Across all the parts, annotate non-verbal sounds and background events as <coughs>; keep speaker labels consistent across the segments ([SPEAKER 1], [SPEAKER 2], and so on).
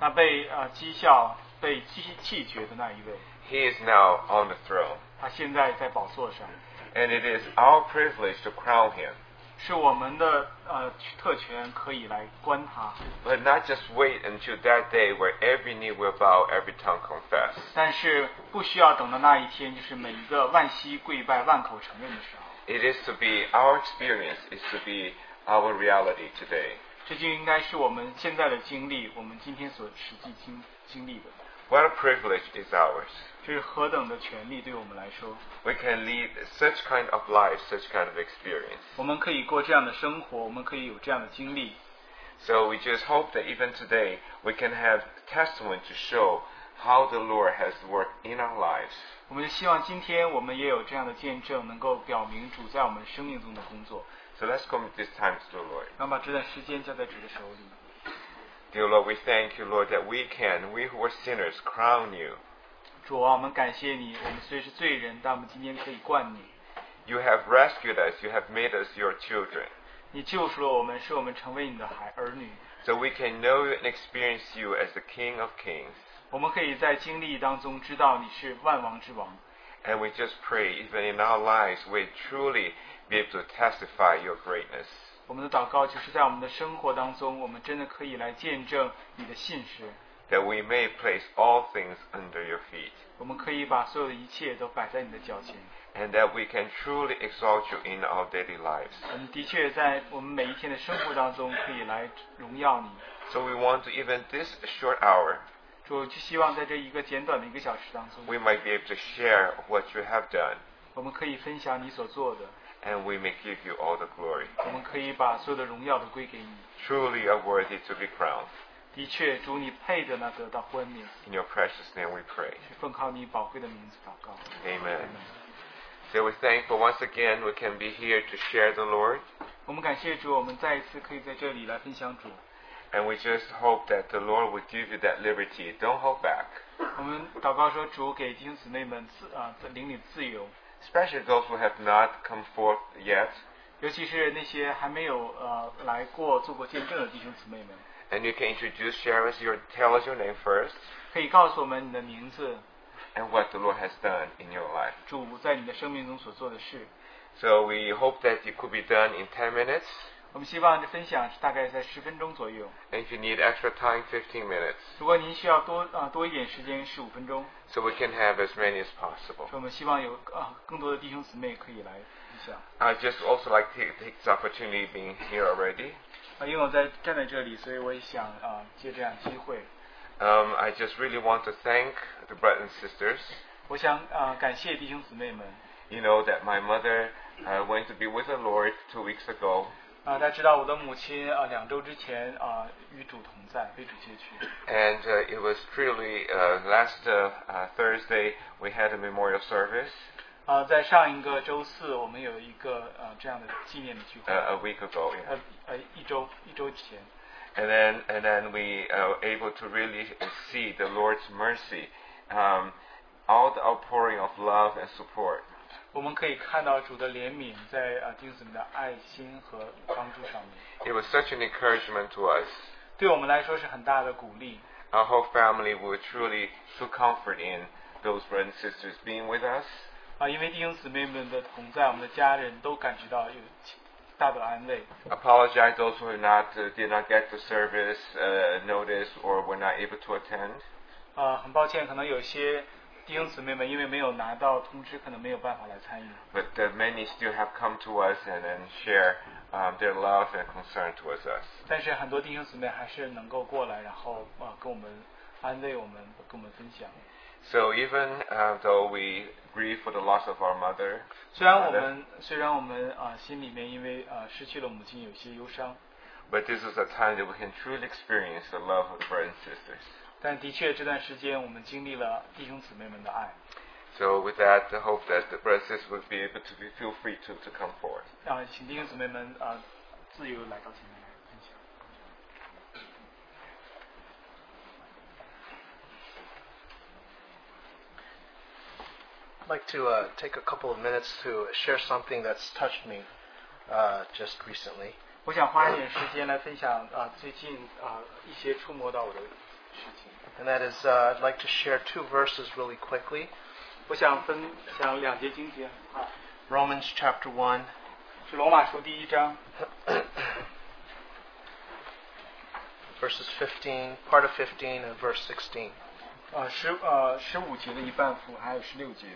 [SPEAKER 1] 那被呃讥笑、被弃弃绝的那一位，
[SPEAKER 2] He is now on the throne,
[SPEAKER 1] 他现在在宝座上，
[SPEAKER 2] and it is our privilege to crown him.
[SPEAKER 1] 是我们的呃特权可以来观他，
[SPEAKER 2] But not just wait until that day where every knee will bow, every tongue confess.
[SPEAKER 1] 但是不需要等到那一天，就是每一个万膝跪拜、万口承认的时候，
[SPEAKER 2] It is to be our experience, is to be our reality today.
[SPEAKER 1] 这就应该是我们现在的经历，我们今天所实际经经历的，
[SPEAKER 2] What a privilege is ours.
[SPEAKER 1] 这是何等的权利对我们来说，
[SPEAKER 2] We can lead such kind of life, such kind of experience.
[SPEAKER 1] 我们可以过这样的生活，我们可以有这样的经历，
[SPEAKER 2] So we just hope that even today we can have testimony to show how the Lord has worked in our lives.
[SPEAKER 1] 我们希望今天我们也有这样的见证，能够表明主在我们生命中的工作。
[SPEAKER 2] So let's commit this time to the Lord.
[SPEAKER 1] 那么这段时间交在主的手里。
[SPEAKER 2] Dear Lord, we thank you, Lord, that we can, we who are sinners, crown you.
[SPEAKER 1] 主啊，我们感谢你，我们虽是罪人，但我们今天可以冠你。
[SPEAKER 2] You have rescued us. You have made us your children.
[SPEAKER 1] 你救赎了我们，使我们成为你的孩儿女。
[SPEAKER 2] So we can know you and experience you as the King of Kings.
[SPEAKER 1] 我们可以在经历当中知道你是万王之王。
[SPEAKER 2] And we just pray, even in our lives, we truly be able to testify your greatness.
[SPEAKER 1] 我们的祷告就是在我们的生活当中，我们真的可以来见证你的信实。
[SPEAKER 2] That we may place all things under your feet.
[SPEAKER 1] 我们可以把所有的一切都摆在你的脚前。
[SPEAKER 2] And that we can truly exalt you in our daily lives.
[SPEAKER 1] 我们的确在我们每一天的生活当中可以来荣耀你。
[SPEAKER 2] So we want to, even this short hour,
[SPEAKER 1] 主就希望在这一个简短的一个小时当中，
[SPEAKER 2] we might be able to share what you have done.
[SPEAKER 1] 我们可以分享你所做的，
[SPEAKER 2] And we may give you all the glory.
[SPEAKER 1] 我们可以把所有的荣耀都归给你。
[SPEAKER 2] Truly you are worthy to be crowned.
[SPEAKER 1] 的确，主你配着那得到冠冕，
[SPEAKER 2] In your precious name we pray.
[SPEAKER 1] 是奉靠你宝贵的名字祷告。
[SPEAKER 2] Amen. So we're thankful once again we can be here to share the Lord.
[SPEAKER 1] 我们感谢主，我们再一次可以在这里来分享主。
[SPEAKER 2] And we just hope that the Lord will give you that liberty. Don't hold back.
[SPEAKER 1] 我们祷告说，主给弟兄姊妹们自啊、在灵里自由，
[SPEAKER 2] Especially those who have not come forth yet.
[SPEAKER 1] 尤其是那些还没有呃来过做过见证的弟兄姊妹们，
[SPEAKER 2] And you can introduce, share us your, tell us your name first
[SPEAKER 1] 可以告诉我们你的名字，
[SPEAKER 2] and what the Lord has done in your life.
[SPEAKER 1] 主在你的生命中所做的事。
[SPEAKER 2] So we hope that it could be done in 10 minutes.
[SPEAKER 1] 我们希望这分享是大概在十分钟左右。
[SPEAKER 2] And if you need extra time, 15 minutes.
[SPEAKER 1] 如果您需要多啊、多一点时间，十五分钟，
[SPEAKER 2] So we can have as many as possible.
[SPEAKER 1] 所以我们希望有啊、更多的弟兄姊妹可以来分享。
[SPEAKER 2] I just also like to take this opportunity being here already.
[SPEAKER 1] 啊，因为我在站在这里，所以我也想啊、借这样机会，
[SPEAKER 2] Um, I just really want to thank the brothers and sisters.
[SPEAKER 1] 我想啊、感谢弟兄姊妹们
[SPEAKER 2] You know that my mother uh, went to be with the Lord two weeks ago,
[SPEAKER 1] 啊、大家知道我的母亲啊、两周之前啊、与主同在，被主接去。
[SPEAKER 2] and uh, it was truly uh, last uh, uh, Thursday we had a memorial service
[SPEAKER 1] 啊、在上一个周四，我们有一个呃这样的纪念的聚会，
[SPEAKER 2] uh, a week ago,
[SPEAKER 1] 呃呃一周一周之前，
[SPEAKER 2] and then and then we uh, were able to really see the Lord's mercy, um, all the outpouring of love and support.
[SPEAKER 1] 我们可以看到主的怜悯在啊、弟兄姊妹的爱心和帮助上面，
[SPEAKER 2] It was such an encouragement to us.
[SPEAKER 1] 对我们来说是很大的鼓励。
[SPEAKER 2] Our whole family were truly took comfort in those brothers and sisters being with us.
[SPEAKER 1] 啊，因为弟兄姊妹们的同在，我们的家人都感觉到有大的安慰。
[SPEAKER 2] apologize those who are not uh, did not get the service uh, notice or were not able to attend.
[SPEAKER 1] 啊，很抱歉，可能有些弟兄姊妹们因为没有拿到通知，可能没有办法来参与。
[SPEAKER 2] But uh, many still have come to us and, and share um, their love and concern towards us.
[SPEAKER 1] 但是很多弟兄姊妹还是能够过来，然后啊跟我们安慰我们，跟我们分享。
[SPEAKER 2] So even uh, though we grieve for the loss of our mother,
[SPEAKER 1] 虽然我们虽然我们啊心里面因为啊失去了母亲有些忧伤，
[SPEAKER 2] but this is a time that we can truly experience the love of the brothers and sisters.
[SPEAKER 1] 但的确这段时间我们经历了弟兄姊妹们的爱。
[SPEAKER 2] So with that, I hope that the brothers and sisters will be able to be, feel free to, to come forward.
[SPEAKER 1] 啊，请弟兄姊妹们啊自由来到前面来分享。
[SPEAKER 3] I'd like to uh, take a couple of minutes to share something that's touched me uh, just recently.
[SPEAKER 1] 我想花一点时间来分享啊、最近啊、一些触摸到我的事情。
[SPEAKER 3] And that is, uh, I'd like to share two verses really quickly
[SPEAKER 1] 我想分享两节经节啊，
[SPEAKER 3] Romans chapter 1,
[SPEAKER 1] 是罗马书第一章
[SPEAKER 3] <coughs> verses 15, part of 15, and verse 16.
[SPEAKER 1] 呃十呃十五节的一半幅，还有十六节。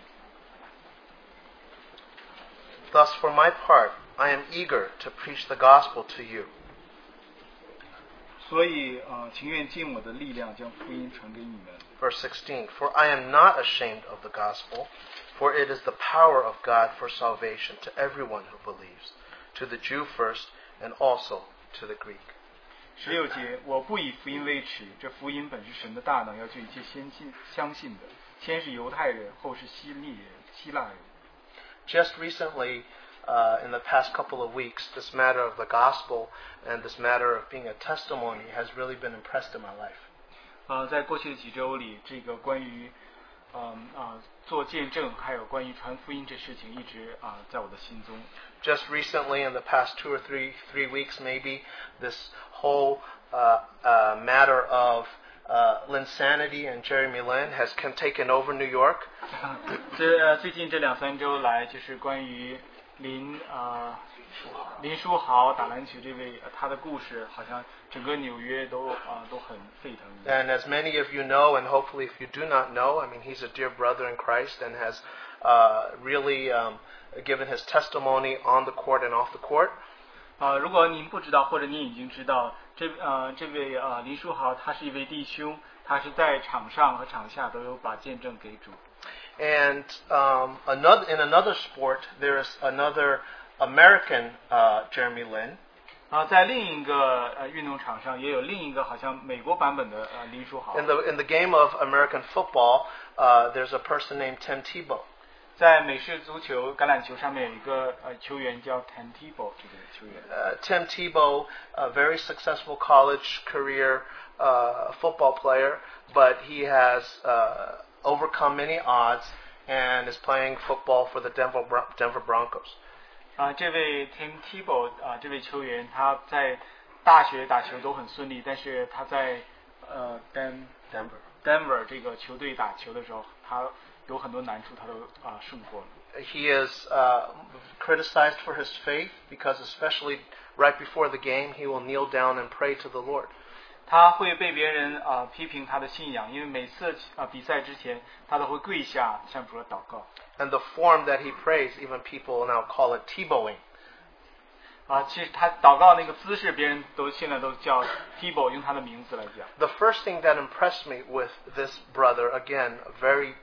[SPEAKER 3] Thus, for my part, I am eager to preach the gospel to you,
[SPEAKER 1] 所以呃，情愿尽我的力量将福音传给你们。
[SPEAKER 3] verse 16. For I am not ashamed of the gospel, for it is the power of God for salvation to everyone who believes, to the Jew first, and also to the Greek.
[SPEAKER 1] 十六节，我不以福音为耻，这福音本是神的大能，要救一切先信相信的，先是犹太人，后是希利人、希腊人。
[SPEAKER 3] Just recently, uh, in the past couple of weeks, this matter of the gospel and this matter of being a testimony has really been impressed in my life.
[SPEAKER 1] 呃，在过去的几周里，这个关于嗯啊、做见证，还有关于传福音这事情，一直啊、在我的心中。 <laughs>
[SPEAKER 3] just recently in the past two or three three weeks maybe this whole uh, uh, matter of uh, Linsanity and Jeremy Lin has can, taken over New York.
[SPEAKER 1] 这呃最近这两三周来，就是关于林啊、林书豪打篮球这位、呃他的故事，好像整个纽约都啊、都很沸腾一样。
[SPEAKER 3] And as many of you know, and hopefully if you do not know, I mean, he's a dear brother in Christ and has uh, really um, given his testimony on the court and off the court.
[SPEAKER 1] 啊、如果您不知道或者您已经知道，这呃这位啊、林书豪他是一位弟兄，他是在场上和场下都有把见证给主。
[SPEAKER 3] And um, another, in another sport, there is another American uh, Jeremy Lin.
[SPEAKER 1] 啊，在另一个呃运动场上也有另一个好像美国版本的呃林书豪，
[SPEAKER 3] In the in the game of American football, uh, there's a person named Tim Tebow,
[SPEAKER 1] 在美式足球橄榄球上面有一个呃球员叫 Tim Tebow 这个球员，
[SPEAKER 3] uh, Tim Tebow, a very successful college career uh, football player, but he has uh, overcome many odds and is playing football for the Denver Bron- Denver Broncos.
[SPEAKER 1] 啊、这位 Tim Tebow 啊、这位球员他在大学打球都很顺利，但是他在呃 Den
[SPEAKER 3] Denver.
[SPEAKER 1] Denver 这个球队打球的时候，他有很多难处他都啊、胜过了。
[SPEAKER 3] He is uh, criticized for his faith because, especially right before the game, he will kneel down and pray to the Lord.
[SPEAKER 1] 他会被别人啊、批评他的信仰，因为每次啊、比赛之前，他都会跪下向主的祷告。
[SPEAKER 3] And the form that he prays, even people now call it Tebowing.
[SPEAKER 1] 啊，其实他祷告那个姿势，别人都现在都叫 Tebow，用他的名字来讲。
[SPEAKER 3] the first thing that impressed me with this brother again a very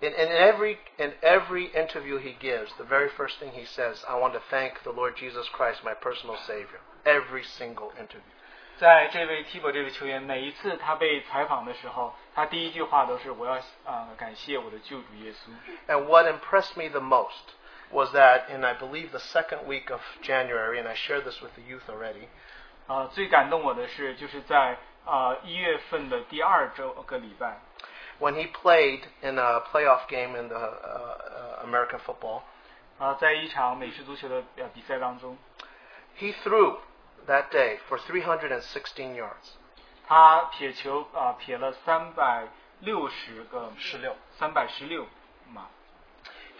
[SPEAKER 3] in, in every in every interview he gives the very first thing he says i want to thank the lord jesus christ my personal savior every single interview
[SPEAKER 1] 在这位 Tebow 这位球员，每一次他被采访的时候，他第一句话都是“我要啊、感谢我的救主耶稣
[SPEAKER 3] and what impressed me the most was that in i believe the second week of january and i shared this with the youth already ”
[SPEAKER 1] 啊、最感动我的是，就是在啊一、月份的第二周个礼拜，
[SPEAKER 3] when he played in a playoff game in the uh, uh, american football
[SPEAKER 1] 啊、在一场美式足球的呃比赛当中，
[SPEAKER 3] he threw that day for 316 yards
[SPEAKER 1] 他撇球啊、撇了三百六十个
[SPEAKER 3] 16
[SPEAKER 1] 三百十六码。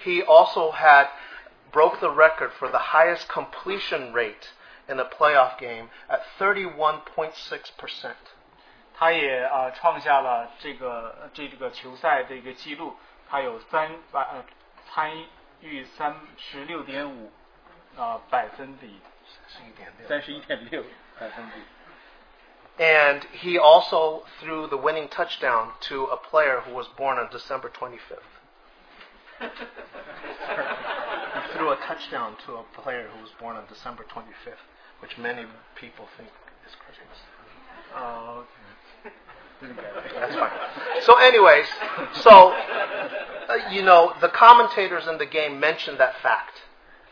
[SPEAKER 3] He also had broke the record for the highest completion rate in a playoff game at 31.6%.
[SPEAKER 1] 他也呃创下了这个呃这这个球赛的一个记录，他有三百呃参与三十六点五呃百分比，三十一点六百分比。
[SPEAKER 3] And he also threw the winning touchdown to a player who was born on December 25th. he threw a touchdown to a player who was born on December 25th, which many people think is Christmas.
[SPEAKER 1] 呃，这个 <laughs>
[SPEAKER 3] That's fine. So, anyways, so uh, you know, the commentators in the game mentioned that fact,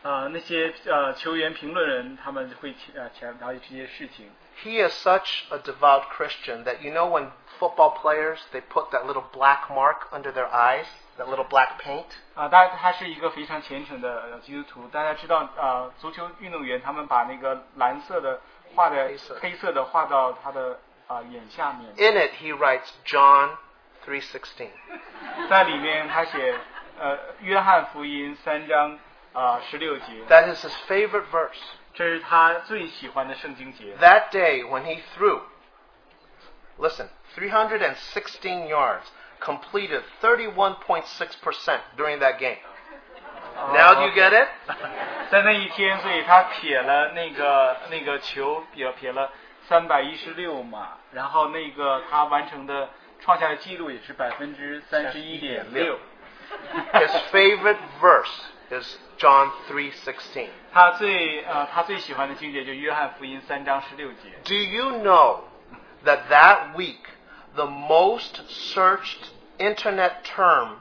[SPEAKER 1] 呃那些呃球员评论人他们会提呃强调这些事情。
[SPEAKER 3] he is such a devout Christian that you know when football players they put that little black mark under their eyes, that little black paint.
[SPEAKER 1] 啊，大家他是一个非常虔诚的呃基督徒。大家知道，呃，足球运动员他们把那个蓝色的画在
[SPEAKER 3] 黑色
[SPEAKER 1] 黑色的画到他的啊、眼下面，
[SPEAKER 3] In it, he writes John 3:16.
[SPEAKER 1] <laughs> 在里面他写呃约翰福音三章啊十六节，
[SPEAKER 3] That is his favorite verse.
[SPEAKER 1] 这是他最喜欢的圣经节。
[SPEAKER 3] That day when he threw, listen, 316 yards, completed 31.6% during that game.
[SPEAKER 1] Oh,
[SPEAKER 3] Now do you get it?
[SPEAKER 1] 在那一天，所以他撇了那个那个球，撇撇了三百一十六码，然后那个他完成的创下的记录也是百分之三十一点六。
[SPEAKER 3] His favorite verse is John 3:16.
[SPEAKER 1] <laughs> 他最呃他最喜欢的经节就约翰福音三章十六节。
[SPEAKER 3] Do you know that that week the most searched internet term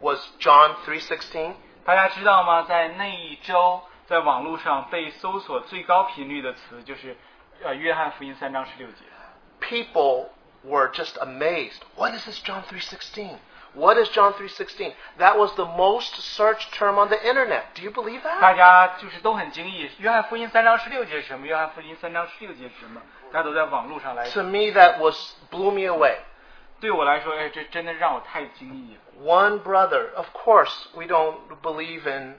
[SPEAKER 3] was John 3:16?
[SPEAKER 1] 大家知道吗？在那一周，在网络上被搜索最高频率的词就是呃约翰福音三章十六节。
[SPEAKER 3] people were just amazed. What is this John 3:16? What is John 3:16? That was the most searched term on the internet. Do you believe
[SPEAKER 1] 大
[SPEAKER 3] that?
[SPEAKER 1] 家就是都很惊异，约翰福音三章十六节是什么？约翰福音三章十六节是什么？大家都在网络上来。
[SPEAKER 3] To me that was blew me away.
[SPEAKER 1] 对我来说，哎，这真的让我太惊异了。
[SPEAKER 3] One brother, of course, we don't believe in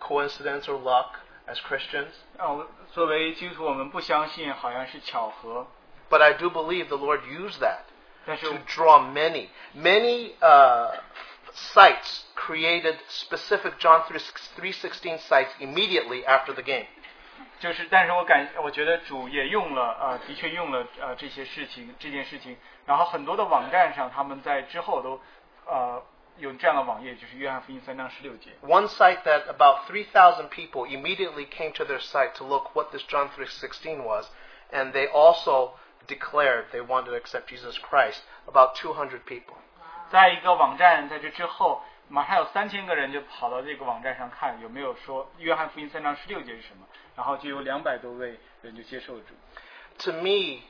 [SPEAKER 3] coincidence or luck as Christians,
[SPEAKER 1] 让啊我作为基督徒，我们不相信好像是巧合，
[SPEAKER 3] but I do believe the Lord used that
[SPEAKER 1] 但是
[SPEAKER 3] to draw many. Many uh, sites created specific John 3:16 sites immediately after the game.
[SPEAKER 1] 就是，但是我感，我觉得主也用了，呃，的确用了，呃，这些事情，这件事情。然后很多的网站上，他们在之后都，呃，有这样的网页，就是约翰福音三章十六节。
[SPEAKER 3] one site that about 3,000 people immediately came to their site to look what this John 3:16 was, and they also declared they wanted to accept Jesus Christ. About 200 people.
[SPEAKER 1] 在一个网站，在这之后，马上有三千个人就跑到这个网站上看有没有说约翰福音三章十六节是什么，然后就有两百多位人就接受了主。
[SPEAKER 3] To me,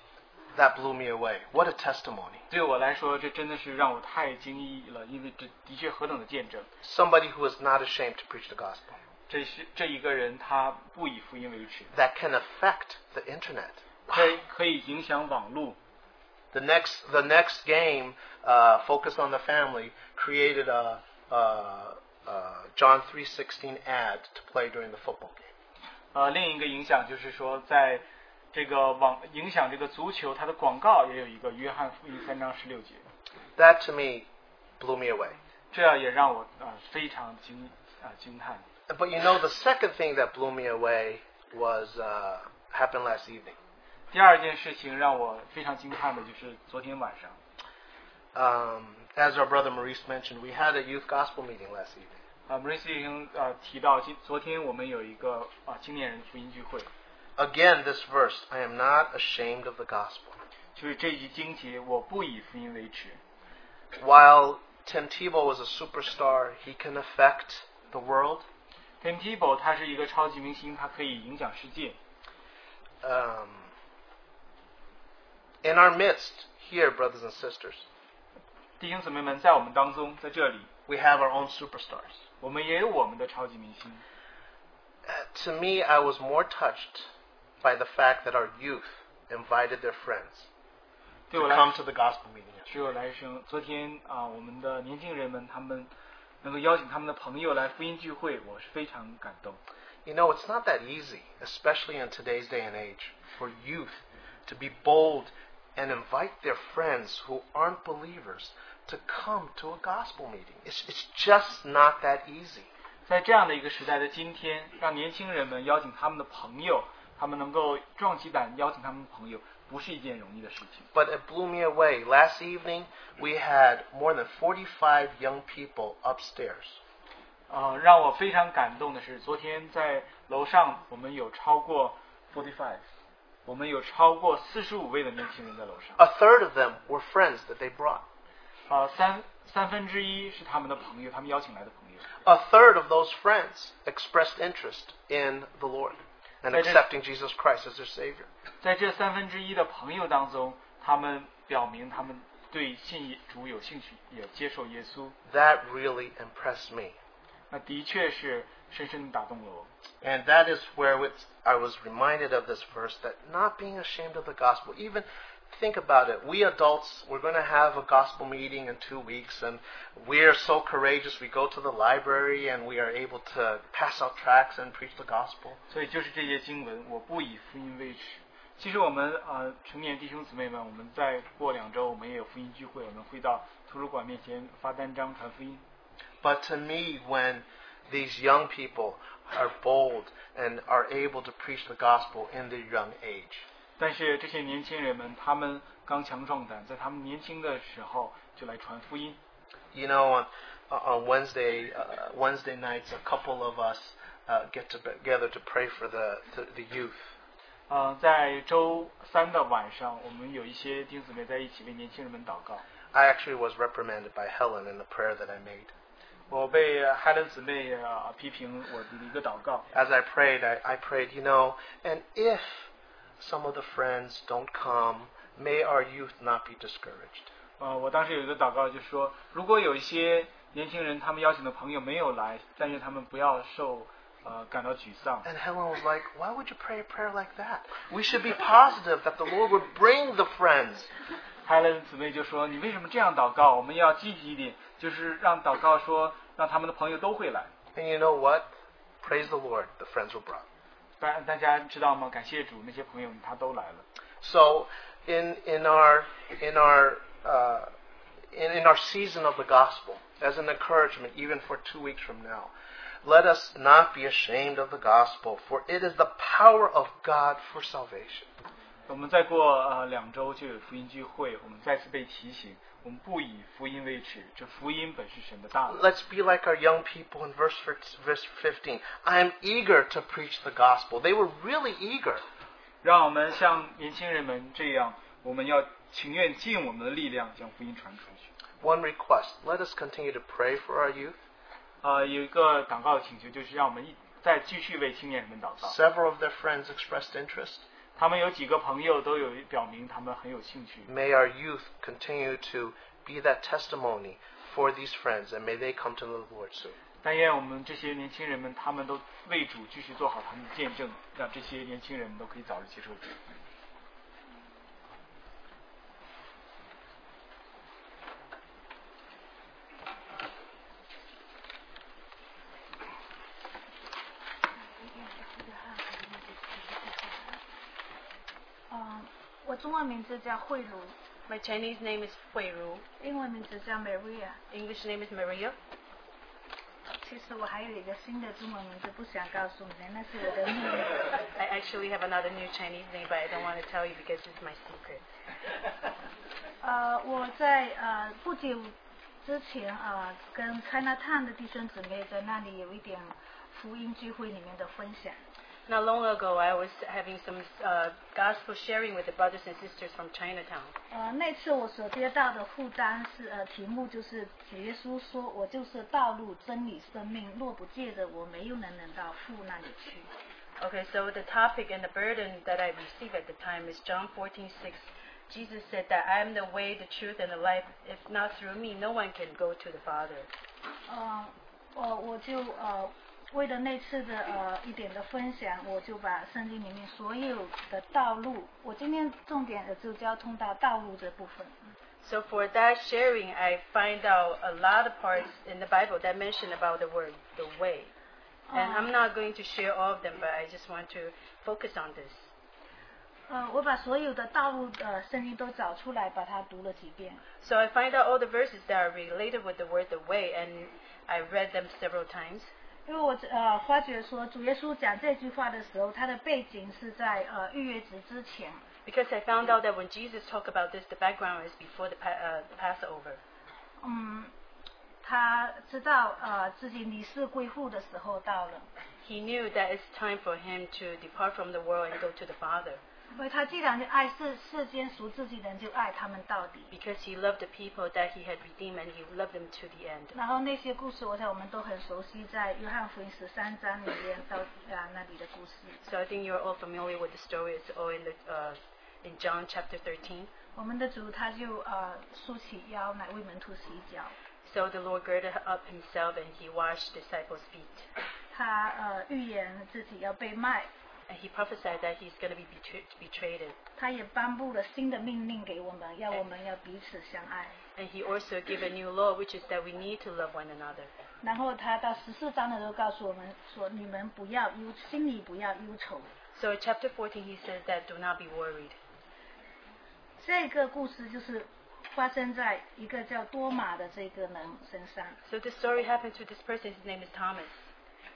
[SPEAKER 3] that blew me away. What a testimony!
[SPEAKER 1] 对我来说，这真的是让我太惊异了，因为这的确何等的见证。
[SPEAKER 3] Somebody who is not ashamed to preach the gospel.
[SPEAKER 1] 这是这一个人他不以福音为耻，
[SPEAKER 3] That can affect the internet.
[SPEAKER 1] 这可以影响网络。
[SPEAKER 3] The next, the next game, uh, focused on the family, created a, a, a John 3:16 ad to play during the football game.
[SPEAKER 1] 呃，另一个影响就是说，在这个网影响这个足球，它的广告也有一个约翰福音三章十六节，
[SPEAKER 3] That to me blew me away.
[SPEAKER 1] 这样也让我呃非常惊啊、惊叹。
[SPEAKER 3] But you know, the second thing that blew me away was uh, happened last evening.
[SPEAKER 1] 第二件事情让我非常惊叹的就是昨天晚上，
[SPEAKER 3] Um, as our brother Maurice mentioned, we had a youth gospel meeting last evening,
[SPEAKER 1] 啊 m a r i c 已经呃提到，今昨天我们有一个啊、青年人福音聚会，
[SPEAKER 3] Again, this verse: "I am not ashamed of the gospel."
[SPEAKER 1] 就是这一经节，我不以福音为耻。
[SPEAKER 3] While Tim Tebow was a superstar, he can affect the world.
[SPEAKER 1] Tim Tebow 他是一个超级明星，他可以影响世界。
[SPEAKER 3] Um, in our midst, here, brothers and sisters,
[SPEAKER 1] 弟兄姊妹们，在我们当中，在这里，
[SPEAKER 3] we have our own superstars.
[SPEAKER 1] 我们也有我们的超级明星。
[SPEAKER 3] Uh, to me, I was more touched by the fact that our youth invited their friends
[SPEAKER 1] 对
[SPEAKER 3] to
[SPEAKER 1] 我来
[SPEAKER 3] come to the gospel meeting.
[SPEAKER 1] 只有来生。昨天啊、我们的年轻人们他们能够邀请他们的朋友来福音聚会，我是非常感动。
[SPEAKER 3] You know, it's not that easy, especially in today's day and age, for youth to be bold and invite their friends who aren't believers to come to a gospel meeting. It's, it's just not that easy.
[SPEAKER 1] 在这样的一个时代的今天，让年轻人们邀请他们的朋友，他们能够壮起胆邀请他们的朋友，不是一件容易的事情。
[SPEAKER 3] But it blew me away. Last evening, we had more than 45 young people upstairs.
[SPEAKER 1] 呃，让我非常感动的是，昨天在楼上我们有超过 forty five，我们有超过四十五位的年轻人在楼上。
[SPEAKER 3] A third of them were friends that they brought.
[SPEAKER 1] 啊、三三分之一是他们的朋友，他们邀请来的朋友。
[SPEAKER 3] A third of those friends expressed interest in the Lord and
[SPEAKER 1] They did.
[SPEAKER 3] accepting Jesus Christ as their Savior.
[SPEAKER 1] 在这三分之一的朋友当中，他们表明他们对信主有兴趣，也接受耶稣，
[SPEAKER 3] That really impressed me.
[SPEAKER 1] 那的确是深深地打动了我。
[SPEAKER 3] And that is where it's, I was reminded of this verse that not being ashamed of the gospel, even think about it. We adults, we're going to have a gospel meeting in two weeks, and we are so courageous. We go to the library and we are able to pass out tracts and preach the gospel.
[SPEAKER 1] 所以就是这些经文，我不以福音为耻。其实我们呃成年弟兄姊妹们，我们再过两周我们也有福音聚会，我们会到图书馆面前发单张传福音。
[SPEAKER 3] But to me, when these young people are bold and are able to preach the gospel in their young age,
[SPEAKER 1] 但是这些年轻人们，他们刚强壮胆，在他们年轻的时候就来传福音。
[SPEAKER 3] you know, on, on Wednesday uh, Wednesday nights, a couple of us uh, get together to pray for the to, the youth.
[SPEAKER 1] 呃，在周三的晚上，我们有一些弟兄姊妹在一起为年轻人们祷告。
[SPEAKER 3] I actually was reprimanded by Helen in the prayer that I made.
[SPEAKER 1] 我被呃海伦姊妹啊批评我的一个祷告，
[SPEAKER 3] As I prayed, I, I prayed, you know, and if some of the friends don't come, may our youth not be discouraged.
[SPEAKER 1] 呃，我当时有一个祷告，就是说，如果有一些年轻人他们邀请的朋友没有来，但愿他们不要受呃感到沮丧。
[SPEAKER 3] And Helen was like, Why would you pray a prayer like that? We should be positive that the Lord would bring the friends.
[SPEAKER 1] 海伦姊妹就说：“你为什么这样祷告？我们要积极一点，就是让祷告说让他们的朋友都会来。
[SPEAKER 3] And you know what? Praise the Lord, the friends were brought. ”
[SPEAKER 1] 大大家知道吗？感谢主，那些朋友们他都来了。
[SPEAKER 3] So in in our in our uh, in, in our season of the gospel, as an encouragement, even for two weeks from now, let us not be ashamed of the gospel, for it is the power of God for salvation.
[SPEAKER 1] 我们再过呃两周就有福音聚会，我们再次被提醒，我们不以福音为耻，这福音本是神的大能。
[SPEAKER 3] Let's be like our young people in verse fif- verse fifteen. I am eager to preach the gospel. They were really eager.
[SPEAKER 1] 让我们像年轻人们这样，我们要情愿尽我们的力量将福音传出去。
[SPEAKER 3] One request: Let us continue to pray for our youth.
[SPEAKER 1] 呃，有一个祷告的请求，就是让我们一再继续为青年人们祷告。
[SPEAKER 3] Several of their friends expressed interest.
[SPEAKER 1] 他们有几个朋友都有表明他们很有兴趣。
[SPEAKER 3] May our youth continue to be that testimony for these friends, and may they come to the Lord soon.
[SPEAKER 1] 但愿我们这些年轻人们，他们都为主继续做好他们的见证，让这些年轻人们都可以早日接受主。
[SPEAKER 4] 嗯，我中文名字叫慧茹，
[SPEAKER 5] My Chinese name is Hui Ru.
[SPEAKER 4] 英文名字叫 Maria。
[SPEAKER 5] English name is Maria.
[SPEAKER 4] 其实我还有一个新的中文名字，不想告诉你，那是我的秘密。
[SPEAKER 5] I actually have another new Chinese name, but I don't want to tell you because it's my secret.
[SPEAKER 4] 呃，我在呃不久之前呃跟 China Town 的弟兄姊妹在那里有一点福音聚会里面的分享。
[SPEAKER 5] Not long ago, I was having some uh, gospel sharing with the brothers and sisters from Chinatown.
[SPEAKER 4] 呃，那次我所接到的负担是呃题目就是主耶稣说我就是道路、真理、生命，若不借着我，没有人能到父那里去。
[SPEAKER 5] Okay, so the topic and the burden that I received at the time is John 14:6. Jesus said that I am the way, the truth, and the life. If not through me, no one can go to the Father.
[SPEAKER 4] 呃，我我就呃，为了那次的呃一点的分享，我就把圣经里面所有的道路，我今天重点也就交通到道路这部分。
[SPEAKER 5] So for that sharing, I find out a lot of parts in the Bible that mention about the word, the way. And I'm not going to share all of them, but I just want to focus on this.
[SPEAKER 4] 呃，我把所有的道路呃圣经都找出来，把它读了几遍。
[SPEAKER 5] So I find out all the verses that are related with the word the way, and I read them several times.
[SPEAKER 4] 因为我呃发觉说，主耶稣讲这句话的时候，他的背景是在呃逾越节之前。
[SPEAKER 5] Because I found out that when Jesus talked about this, the background is before the pa- uh, Passover.
[SPEAKER 4] 嗯，他知道呃自己离世归父的时候到了，
[SPEAKER 5] He knew that it's time for him to depart from the world and go to the Father.
[SPEAKER 4] 因为他既然就爱世世间属自己的人，就爱他们到底。
[SPEAKER 5] Because he loved the people that he had redeemed, and he loved them to the end.
[SPEAKER 4] 然后那些故事，我想我们都很熟悉，在约翰福音十三章里面到啊那里的故事。
[SPEAKER 5] So I think you're all familiar with the story. It's all in the uh, in John chapter 13.
[SPEAKER 4] 我们的主他就呃竖起腰来为门徒洗脚，
[SPEAKER 5] So the Lord girded up himself and he washed disciples' feet.
[SPEAKER 4] 他呃预言自己要被卖，
[SPEAKER 5] And he prophesied that he's going to be betrayed, betrayed.
[SPEAKER 4] 他也颁布了新的命令给我们，要我们要彼此相爱。
[SPEAKER 5] And he also gave a new law, which is that we need to love one another.
[SPEAKER 4] 然后他到十四章的时候告诉我们说，你们不要忧，心里不要忧愁。
[SPEAKER 5] So chapter 14, he says that do not be worried.
[SPEAKER 4] 这个故事就是发生在一个叫多马的这个人身上。
[SPEAKER 5] So this story happened to this person. His name is Thomas.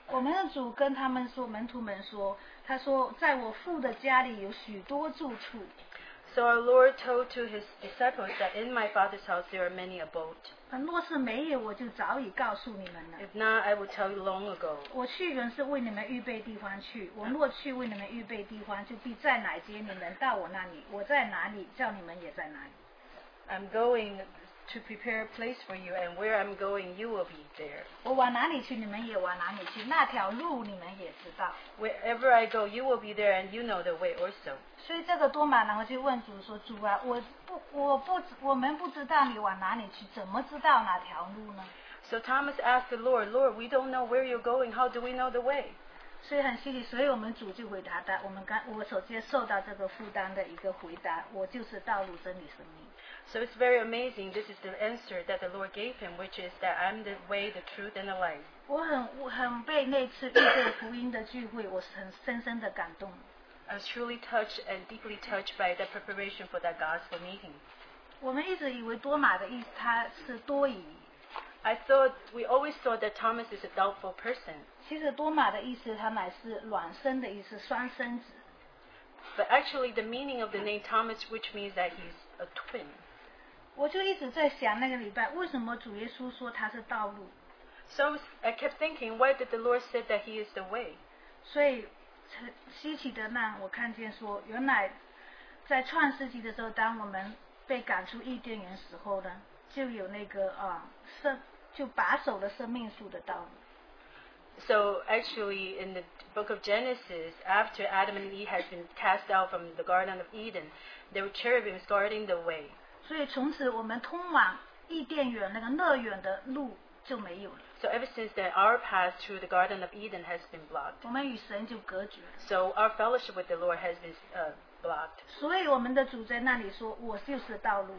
[SPEAKER 4] 我们的主跟他们说，门徒们说，他说，在我父的家里有许多住处，
[SPEAKER 5] So our Lord told to his disciples that in my Father's house there are many abodes.
[SPEAKER 4] 呃若是没有，我就早已告诉你们了。
[SPEAKER 5] If not, I will tell you long ago.
[SPEAKER 4] 我去原是为你们预备地方去，我若去为你们预备地方，就必在哪接你们到我那里，我在哪里，叫你们也在哪里。
[SPEAKER 5] I'm going to prepare a place for you, and where I'm going, you will be there.
[SPEAKER 4] 我往哪里去，你们也往哪里去，那条路你们也知道。
[SPEAKER 5] Wherever I go, you will be there, and you know the way also.
[SPEAKER 4] 所以这个多马然后就问主说：“主啊，我不，我不知，我们不知道你往哪里去，怎么知道哪条路呢
[SPEAKER 5] So Thomas asked the Lord, Lord, we don't know where you're going. How do we know the way?？”
[SPEAKER 4] 所以很犀利，所以我们主就回答他：“我们刚我首先受到这个负担的一个回答，我就是道路、真理、生命。
[SPEAKER 5] So it's very amazing. This is the answer that the Lord gave him, which is that I'm the way, the truth, and the life. ”
[SPEAKER 4] 我很我很被那次遇见福音的聚会，我很深深的感动。
[SPEAKER 5] I was truly touched and deeply touched by the preparation for that gospel meeting.
[SPEAKER 4] 我们一直以为多马的意思他是多疑，
[SPEAKER 5] I thought we always thought that Thomas is a doubtful person,
[SPEAKER 4] 其实多马的意思他乃是卵生的意思，双生子。
[SPEAKER 5] but actually the meaning of the name Thomas, which means that he's a twin.
[SPEAKER 4] 我就一直在想那个礼拜为什么主耶稣说他是道路，
[SPEAKER 5] So I was- I kept thinking, why did the Lord say that he is the way?
[SPEAKER 4] 所以很稀奇的让我看见说，原来在创世纪的时候，当我们被赶出伊甸园时候呢，就有那个啊生就把守了生命树的道路。
[SPEAKER 5] So actually, in the book of Genesis, after Adam and Eve had been cast out from the Garden of Eden, there were cherubims guarding the way.
[SPEAKER 4] 所以从此我们通往伊甸园那个乐园的路就没有了，
[SPEAKER 5] So ever since then, our path through the Garden of Eden has been blocked.
[SPEAKER 4] 我们与神就隔绝了。
[SPEAKER 5] So our fellowship with the Lord has been uh, blocked.
[SPEAKER 4] 所以我们的主在那里说：“我就是道路。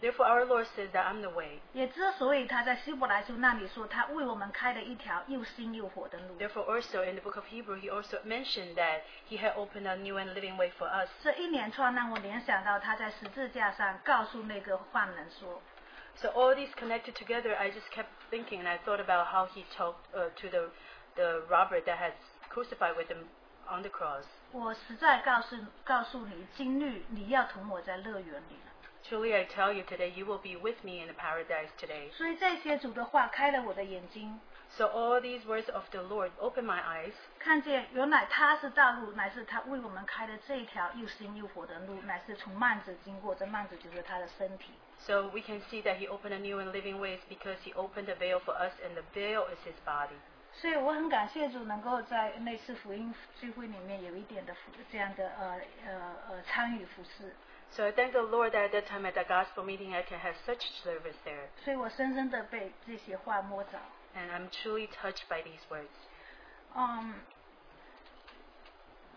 [SPEAKER 5] Therefore, our Lord says that I'm the way. ”
[SPEAKER 4] 也之所以他在希伯来书那里说，他为我们开了一条又新又火的路，
[SPEAKER 5] Therefore, also in the book of Hebrew, he also mentioned that he had opened a new and living way for us.
[SPEAKER 4] 这一连串让我联想到他在十字架上告诉那个犯人说
[SPEAKER 5] So all these connected together, I just kept thinking, and I thought about how he talked uh, to the the robber that had crucified with him on the cross.：“
[SPEAKER 4] 我实在告诉告诉你，今日你要同我在乐园里了。
[SPEAKER 5] Truly, I tell you today, you will be with me in the paradise today. ”
[SPEAKER 4] 所以这些主的话开了我的眼睛，
[SPEAKER 5] So all these words of the Lord opened my eyes.
[SPEAKER 4] 看见原来他是道路，乃是他为我们开的这一条又新又火的路，乃是从幔子经过，这幔子就是他的身体。
[SPEAKER 5] So we can see that he opened a new and living ways because he opened the veil for us, and the veil is his body.
[SPEAKER 4] 所以我很感谢主能够在那次福音聚会里面有一点的服这样的呃呃呃参与服饰，
[SPEAKER 5] So I thank the Lord that at that time at the gospel meeting, I can have such service there,
[SPEAKER 4] 所以我深深的被这些话摸着。
[SPEAKER 5] and I'm truly touched by these words.
[SPEAKER 4] 嗯，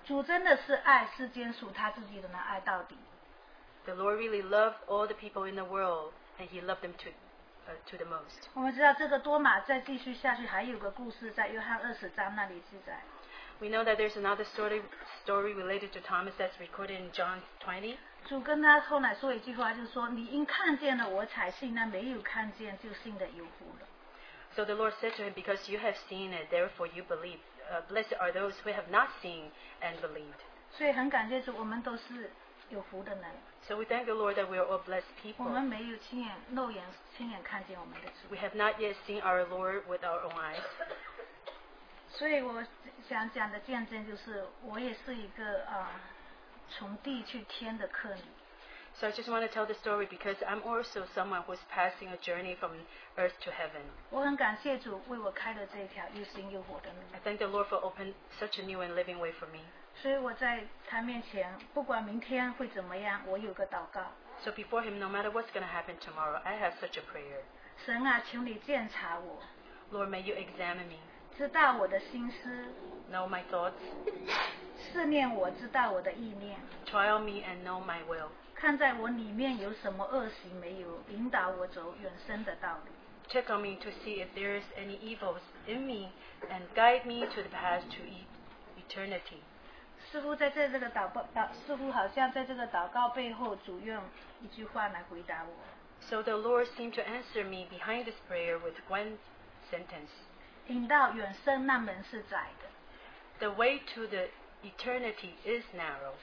[SPEAKER 4] 主真的是爱世间属他自己的人爱到底，
[SPEAKER 5] The Lord really loved all the people in the world, and He loved them to, uh, to the most.
[SPEAKER 4] 我们知道这个多马再继续下去，还有个故事在约翰二十章那里记载。
[SPEAKER 5] We know that there's another story, story related to Thomas that's recorded in John 20.
[SPEAKER 4] 主跟他后来说一句话，就是说你因看见了我才信，那没有看见就信的有福了。
[SPEAKER 5] So the Lord said to him, Because you have seen it, therefore you believe. Uh, blessed are those who have not seen and believed.
[SPEAKER 4] 所以很感谢主，我们都是有福的人。
[SPEAKER 5] So we thank the Lord that we are all blessed
[SPEAKER 4] 我
[SPEAKER 5] people.
[SPEAKER 4] 们没有亲眼肉眼亲眼看见我们的
[SPEAKER 5] We
[SPEAKER 4] 主，
[SPEAKER 5] have not yet seen our Lord with our own eyes.
[SPEAKER 4] 所以我想讲的见证就是，我也是一个啊、呃从地去天的客旅。
[SPEAKER 5] So I just want to tell the story because I'm also someone who's passing a journey from earth to heaven.
[SPEAKER 4] 我很感谢主为我开了这一条又新又火的路，
[SPEAKER 5] I thank the Lord for opening such a new and living way for me.
[SPEAKER 4] 所以我在他面前，不管明天会怎么样，我有个祷告，
[SPEAKER 5] So before Him, no matter what's going to happen tomorrow, I have such a prayer.
[SPEAKER 4] 神啊，求你鉴察我，
[SPEAKER 5] Lord, may you examine me,
[SPEAKER 4] 知道我的心思，
[SPEAKER 5] know my thoughts,
[SPEAKER 4] 试炼我知道我的意念，
[SPEAKER 5] trial me, and know my will.
[SPEAKER 4] 看在我里面有什么恶行没有，引导我走远生的道路。
[SPEAKER 5] Check on me to see if there is any evils in me, and guide me to the path to e- eternity.
[SPEAKER 4] 似乎在这这个祷告祷，似乎好像在这个祷告背后，主用一句话来回答我。
[SPEAKER 5] So the Lord seemed to answer me behind this prayer with one sentence
[SPEAKER 4] 引到远生那门是窄的，
[SPEAKER 5] The way to the eternity is narrow,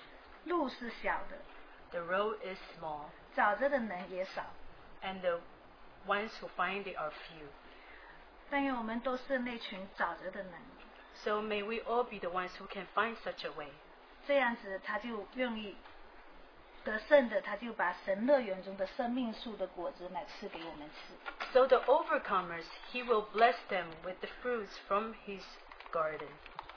[SPEAKER 4] 路是小的，
[SPEAKER 5] the road is small,
[SPEAKER 4] 找着的人也少。
[SPEAKER 5] and the ones who find it are few.
[SPEAKER 4] 但愿我们都是那群找着的人，
[SPEAKER 5] So may we all be the ones who can find such a way.
[SPEAKER 4] 这样子他就愿意得胜的，他就把神乐园中的生命树的果子来赐给我们吃。
[SPEAKER 5] So the overcomers, he will bless them with the fruits from his garden.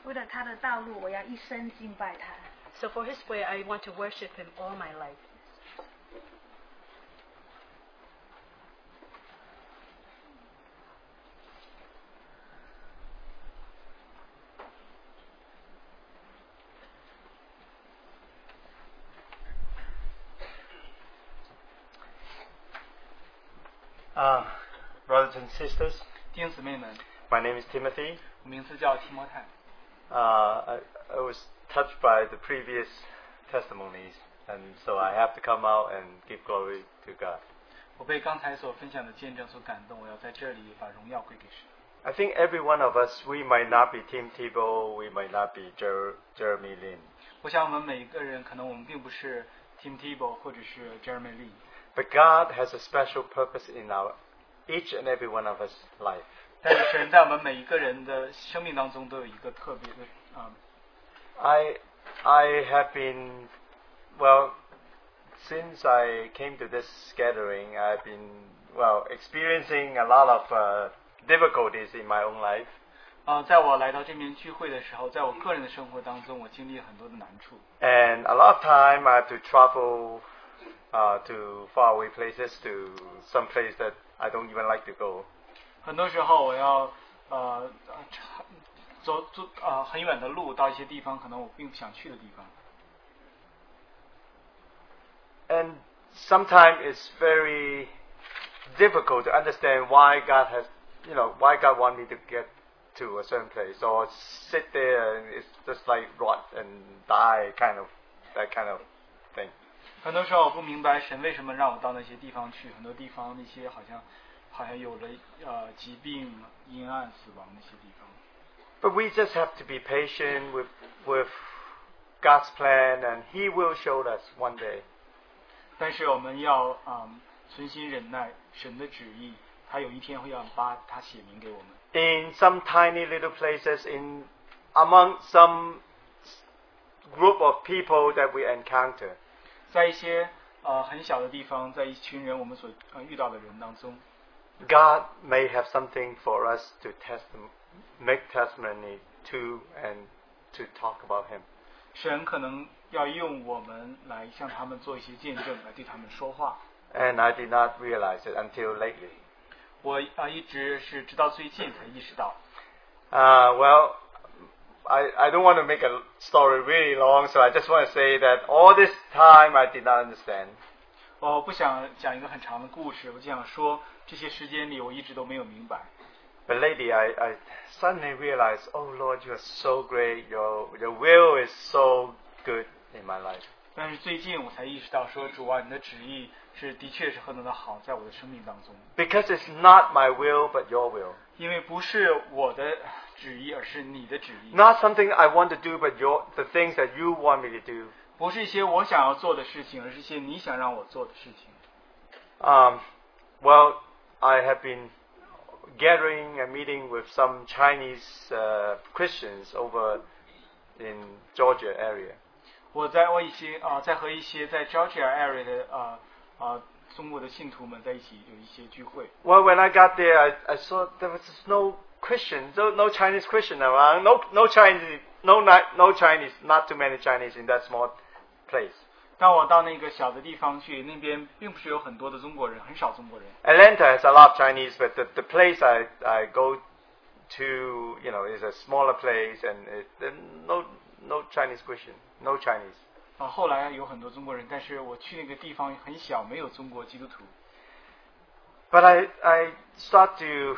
[SPEAKER 4] 为了他的道路，我要一生敬拜他。
[SPEAKER 5] So for his way, I want to worship him all my life.
[SPEAKER 3] Um, brothers and sisters,
[SPEAKER 1] 弟兄姊妹们，
[SPEAKER 3] my name is Timothy.
[SPEAKER 1] 我名字叫提摩太。
[SPEAKER 3] Uh, I, I was touched by the previous testimonies, and so I have to come out and give glory to God.
[SPEAKER 1] 我被刚才所分享的见证所感动，我要在这里把荣耀归给神。
[SPEAKER 3] I think every one of us, we might not be Tim Tebow, we might not be Jer- Jeremy Lin,
[SPEAKER 1] 我想我们每一个人，可能我们并不是 Tim Tebow 或者是 Jeremy Lee，
[SPEAKER 3] but God has a special purpose in our each and every one of us' life.
[SPEAKER 1] 但是神在我们每一个人的生命当中都有一个特别的啊、
[SPEAKER 3] I I have been well since I came to this gathering. I've been well experiencing a lot of uh, difficulties in my own life.
[SPEAKER 1] 呃，在我来到这边聚会的时候，在我个人的生活当中，我经历很多的难处。
[SPEAKER 3] And a lot of time I have to travel uh, to faraway places to some place that I don't even like to go.
[SPEAKER 1] 很多时候我要呃呃长走走呃很远的路到一些地方，可能我并不想去的地方。
[SPEAKER 3] And sometimes it's very difficult to understand why God has, you know, why God want me to get to a certain place or sit there and it's just like rot and die kind of that kind of thing.
[SPEAKER 1] 很多时候我不明白神为什么让我到那些地方去，很多地方那些好像好像有了呃疾病、阴暗、死亡那些地方。
[SPEAKER 3] But we just have to be patient with with God's plan and He will show us one day.
[SPEAKER 1] 但是我们要嗯存心忍耐神的旨意，他有一天会要把它写明给我们。
[SPEAKER 3] in some tiny little places in among some group of people that we encounter.
[SPEAKER 1] 在一些呃很小的地方，在一群人我们所呃遇到的人当中，
[SPEAKER 3] God may have something for us to testi- make testimony to and to talk about Him.
[SPEAKER 1] 神可能要用我们来向他们做一些见证，来对他们说话。
[SPEAKER 3] And I did not realize it until lately.
[SPEAKER 1] 我啊、呃一直是直到最近才意识到。
[SPEAKER 3] Uh, well, I, I don't want to make a story really long, so I just want to say that all this time I did not understand.
[SPEAKER 1] 我不想讲一个很长的故事，我就想说，这些时间里我一直都没有明白。
[SPEAKER 3] But lately, I, I suddenly realized, oh Lord, you are so great. Your your will is so good in my life.
[SPEAKER 1] 但是最近我才意识到说，主啊，你的旨意是的确是何等的好，在我的生命当中，
[SPEAKER 3] Because it's not my will, but your will.
[SPEAKER 1] 因为不是我的旨意，而是你的旨意，
[SPEAKER 3] Not something I want to do, but your the things that you want me to do.
[SPEAKER 1] 不是一些我想要做的事情，而是一些你想让我做的事情。
[SPEAKER 3] Um, well, I have been gathering and meeting with some Chinese uh, Christians over in Georgia area.
[SPEAKER 1] 我在我一些啊、在和一些在 Georgia area 的啊啊、中国的信徒们在一起有一些聚会。
[SPEAKER 3] Well, when I got there, I, I saw there was just no Christian, no, no Chinese Christian around, no no Chinese, no ni- no Chinese, not too many Chinese in that small place.
[SPEAKER 1] 当我到那个小的地方去，那边并不是有很多的中国人，很少中国人。
[SPEAKER 3] Atlanta has a lot of Chinese, but the, the place I, I go to, you know, is a smaller place and it, there no no Chinese Christian, no Chinese.
[SPEAKER 1] 啊，后来有很多中国人，但是我去那个地方很小，没有中国基督徒。
[SPEAKER 3] But I I start to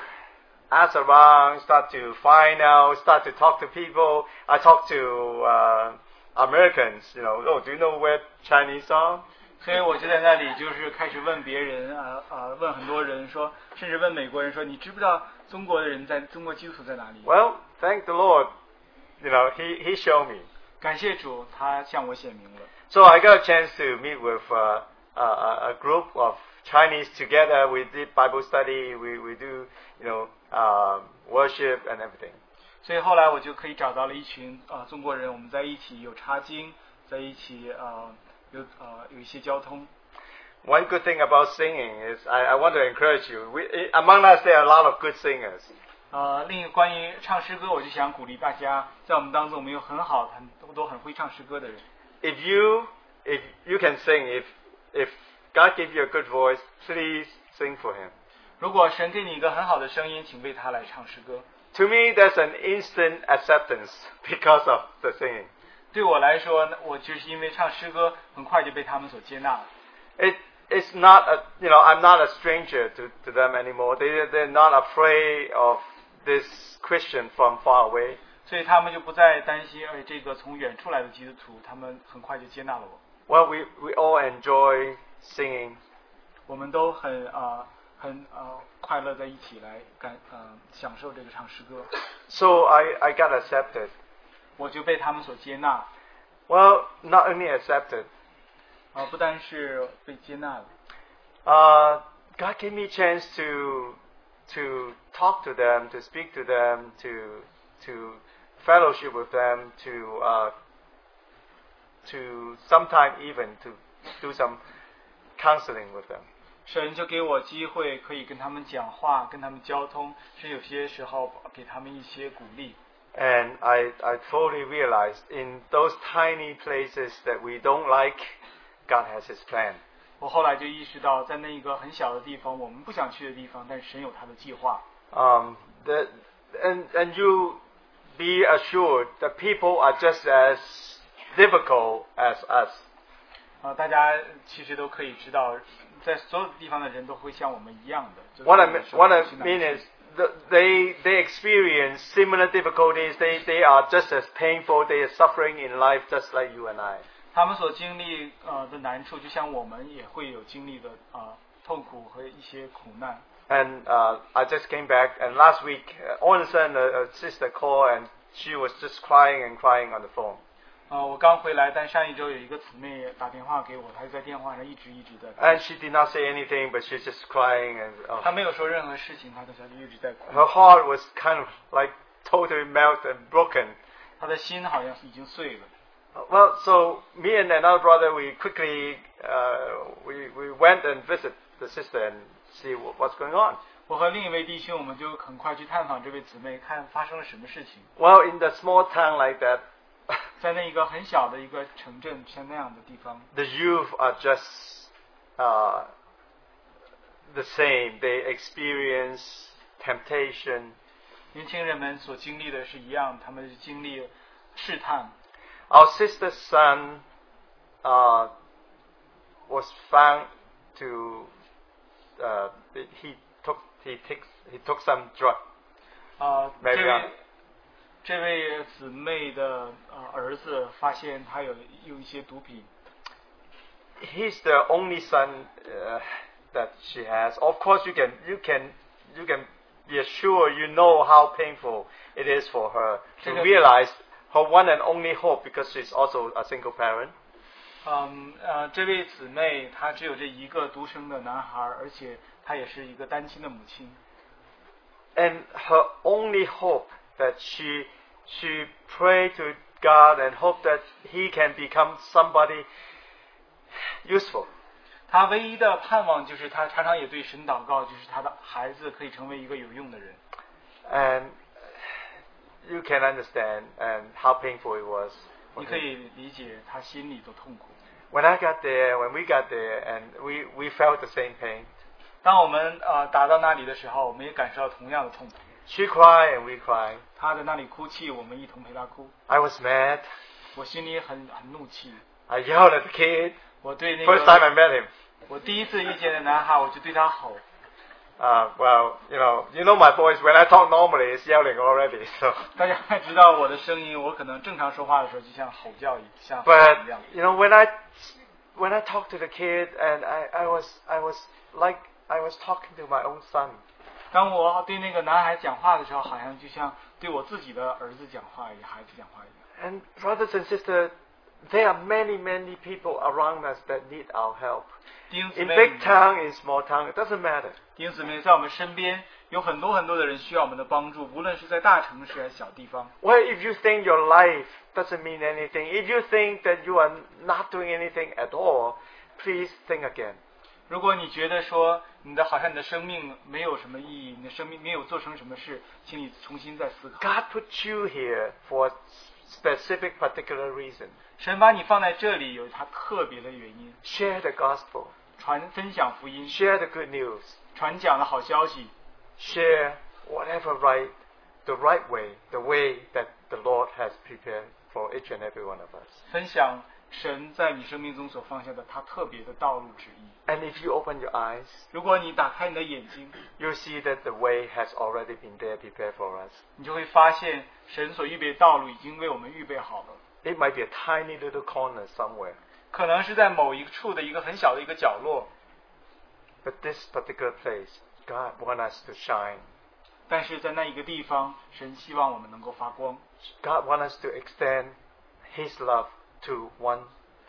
[SPEAKER 3] ask around, start to find out, start to talk to people. I talk to uh, Americans, you know. Oh, do you know where Chinese are?
[SPEAKER 1] 所以我就在那里就是开始问别人啊啊，问很多人说，甚至问美国人说，你知不知道中国的人在中国基督徒在哪里？
[SPEAKER 3] Well, thank the Lord, you know, he he showed me.
[SPEAKER 1] 感谢主，他向我显明了。
[SPEAKER 3] So I got a chance to meet with uh, a, a a group of Chinese together. We did Bible study. We, we do you know um, worship and everything.
[SPEAKER 1] 所以后来我就可以找到了一群啊、呃中国人，我们在一起有查经，在一起啊、呃、有啊、呃、有一些交通。
[SPEAKER 3] One good thing about singing is I, I want to encourage you. We, i- among us, there are a lot of good singers.
[SPEAKER 1] 呃，另一个关于唱诗歌，我就想鼓励大家，在我们当中，我们有很好很多很会唱诗歌的人。
[SPEAKER 3] If you if you can sing, if if God give you a good voice, please sing for Him.
[SPEAKER 1] 如果神给你一个很好的声音，请为他来唱诗歌。
[SPEAKER 3] To me, that's an instant acceptance <laughs> because of the singing.
[SPEAKER 1] 对我来说，我就是因为唱诗歌，很快就被他们所接纳了。
[SPEAKER 3] It it's not a you know I'm not a stranger to, to them anymore. They they're not afraid of this Christian from far away.
[SPEAKER 1] 所以他们就不再担心，哎，这个从远处来的基督徒，他们很快就接纳了我。
[SPEAKER 3] Well, we we all enjoy singing.
[SPEAKER 1] 我们都很啊、呃很呃快乐在一起来感呃享受这个唱诗歌，
[SPEAKER 3] So I, I got accepted.
[SPEAKER 1] 我就被他们所接纳，
[SPEAKER 3] Well, not only accepted,
[SPEAKER 1] 啊、不单是被接纳了，
[SPEAKER 3] uh, God gave me a chance to to talk to them, to speak to them, to to fellowship with them, to uh, to sometime even to do some counseling with them.
[SPEAKER 1] 神就给我机会可以跟他们讲话，跟他们交通，是有些时候给他们一些鼓励。
[SPEAKER 3] And I, I totally realized in those tiny places that we don't like, God has His plan.
[SPEAKER 1] 我后来就意识到，在那一个很小的地方，我们不想去的地方，但是神有他的计划。
[SPEAKER 3] Um, the, and, and you be assured that people are just as difficult as us.
[SPEAKER 1] 啊，大家其实都可以知道，在所有的地方的人都会像我们一样的。就是
[SPEAKER 3] What I,
[SPEAKER 1] 有
[SPEAKER 3] mean-
[SPEAKER 1] 的时候
[SPEAKER 3] what
[SPEAKER 1] 不是
[SPEAKER 3] I
[SPEAKER 1] 那
[SPEAKER 3] mean
[SPEAKER 1] 么
[SPEAKER 3] is th they, they experience similar difficulties. They, they are just as painful. They are suffering in life just like you and I.
[SPEAKER 1] 他们所经历呃的难处，就像我们也会有经历的啊、呃痛苦和一些苦难。
[SPEAKER 3] And uh, I just came back, and last week, uh, all of a sudden, a, a sister called, and she was just crying and crying on the phone.
[SPEAKER 1] 呃，我刚回来，但上一周有一个姊妹打电话给我，她就在电话上一直一直在，
[SPEAKER 3] And she did not say anything, but she's just crying, and
[SPEAKER 1] 她
[SPEAKER 3] uh,
[SPEAKER 1] 没有说任何事情，她都在一直在哭，
[SPEAKER 3] her heart was kind of like totally melted and broken.
[SPEAKER 1] 她的心好像已经碎了。
[SPEAKER 3] Well, so me and another brother, we quickly uh, we we went and visit the sister and see wh- what's going on.
[SPEAKER 1] 我和另一位弟兄，我们就很快去探访这位姊妹，看发生了什么事情。
[SPEAKER 3] Well, in the small town like that,
[SPEAKER 1] 在那一个很小的一个城镇，像那样的地方，
[SPEAKER 3] the youth are just uh, the same. They experience temptation.
[SPEAKER 1] 年轻人们所经历的是一样，他们经历试探。
[SPEAKER 3] Our sister's son uh, was found to uh, he took he takes he took some drug.
[SPEAKER 1] 啊，这
[SPEAKER 3] Mariana
[SPEAKER 1] 位这位姊妹的呃儿子发现他有用一些毒品，
[SPEAKER 3] He's the only son uh, that she has. Of course, you can you can you can be assured you know how painful it is for her to
[SPEAKER 1] Because-
[SPEAKER 3] realize her one and only hope because she's also a single parent.
[SPEAKER 1] 嗯呃，这位姊妹她只有这一个独生的男孩，而且她也是一个单亲的母亲，
[SPEAKER 3] and her only hope that she she pray to God and hope that he can become somebody useful.
[SPEAKER 1] 她唯一的盼望就是她常常也对神祷告，就是她的孩子可以成为一个有用的人。
[SPEAKER 3] And you can understand and how painful it was. for
[SPEAKER 1] 你可
[SPEAKER 3] him.
[SPEAKER 1] 以理解她心里的痛苦。
[SPEAKER 3] When I got there, when we got there, and we, we felt the same pain.
[SPEAKER 1] 当我们呃达到那里的时候，我们也感受到同样的痛苦。
[SPEAKER 3] She cried and we cried.
[SPEAKER 1] 他在那里哭泣，我们一同陪他哭。
[SPEAKER 3] I was mad.
[SPEAKER 1] 我心里很很怒气，
[SPEAKER 3] I yelled at the kid.
[SPEAKER 1] 我对那
[SPEAKER 3] First time
[SPEAKER 1] 个
[SPEAKER 3] I met him.
[SPEAKER 1] 我第一次遇见的男孩，我就对他吼。
[SPEAKER 3] Uh, well, you know, you know my voice. When I talk normally, it's yelling already. <laughs> So,
[SPEAKER 1] 大家知道我的声音，我可能正常说话的时候就像吼叫一像吼一
[SPEAKER 3] but
[SPEAKER 1] 样。
[SPEAKER 3] you know, when I when I talked to the kid, and I, I was I was like I was talking to my own son.
[SPEAKER 1] 当我对那个男孩讲话的时候，好像就像对我自己的儿子讲话一样，孩子讲话一样。
[SPEAKER 3] And brothers and sisters, there are many many people around us that need our help.
[SPEAKER 1] 弟兄姊
[SPEAKER 3] In
[SPEAKER 1] 妹，
[SPEAKER 3] big town, in small town, it doesn't matter.
[SPEAKER 1] 弟兄姊妹，在我们身边有很多很多的人需要我们的帮助，无论是在大城市还是小地方。
[SPEAKER 3] Well, if you think your life doesn't mean anything, if you think that you are not doing anything at all, please think again.
[SPEAKER 1] 如果你觉得说你的好像你的生命没有什么意义，你的生命没有做成什么事，请你重新再思考。
[SPEAKER 3] God put you here for a specific, particular reason.
[SPEAKER 1] 神把你放在这里有他特别的原因，
[SPEAKER 3] Share the gospel.
[SPEAKER 1] 传分享福音，
[SPEAKER 3] Share the good news.
[SPEAKER 1] 传讲的好消息，
[SPEAKER 3] Share whatever right, the right way, the way that the Lord has prepared for each and every one of us.
[SPEAKER 1] 分享神在你生命中所放下的他特别的道路旨意。
[SPEAKER 3] And if you open your eyes,
[SPEAKER 1] 如果你打开你的眼睛，
[SPEAKER 3] you'll see that the way has already been there prepared for us.
[SPEAKER 1] 你就会发现神所预备的道路已经为我们预备好了。
[SPEAKER 3] It might be a tiny little corner somewhere,
[SPEAKER 1] 可能是在某一处的一个很小的一个角落，
[SPEAKER 3] but this particular place, God wants us to shine.
[SPEAKER 1] 但是在那一个地方，神希望我们能够发光。
[SPEAKER 3] God wants us to extend His love to one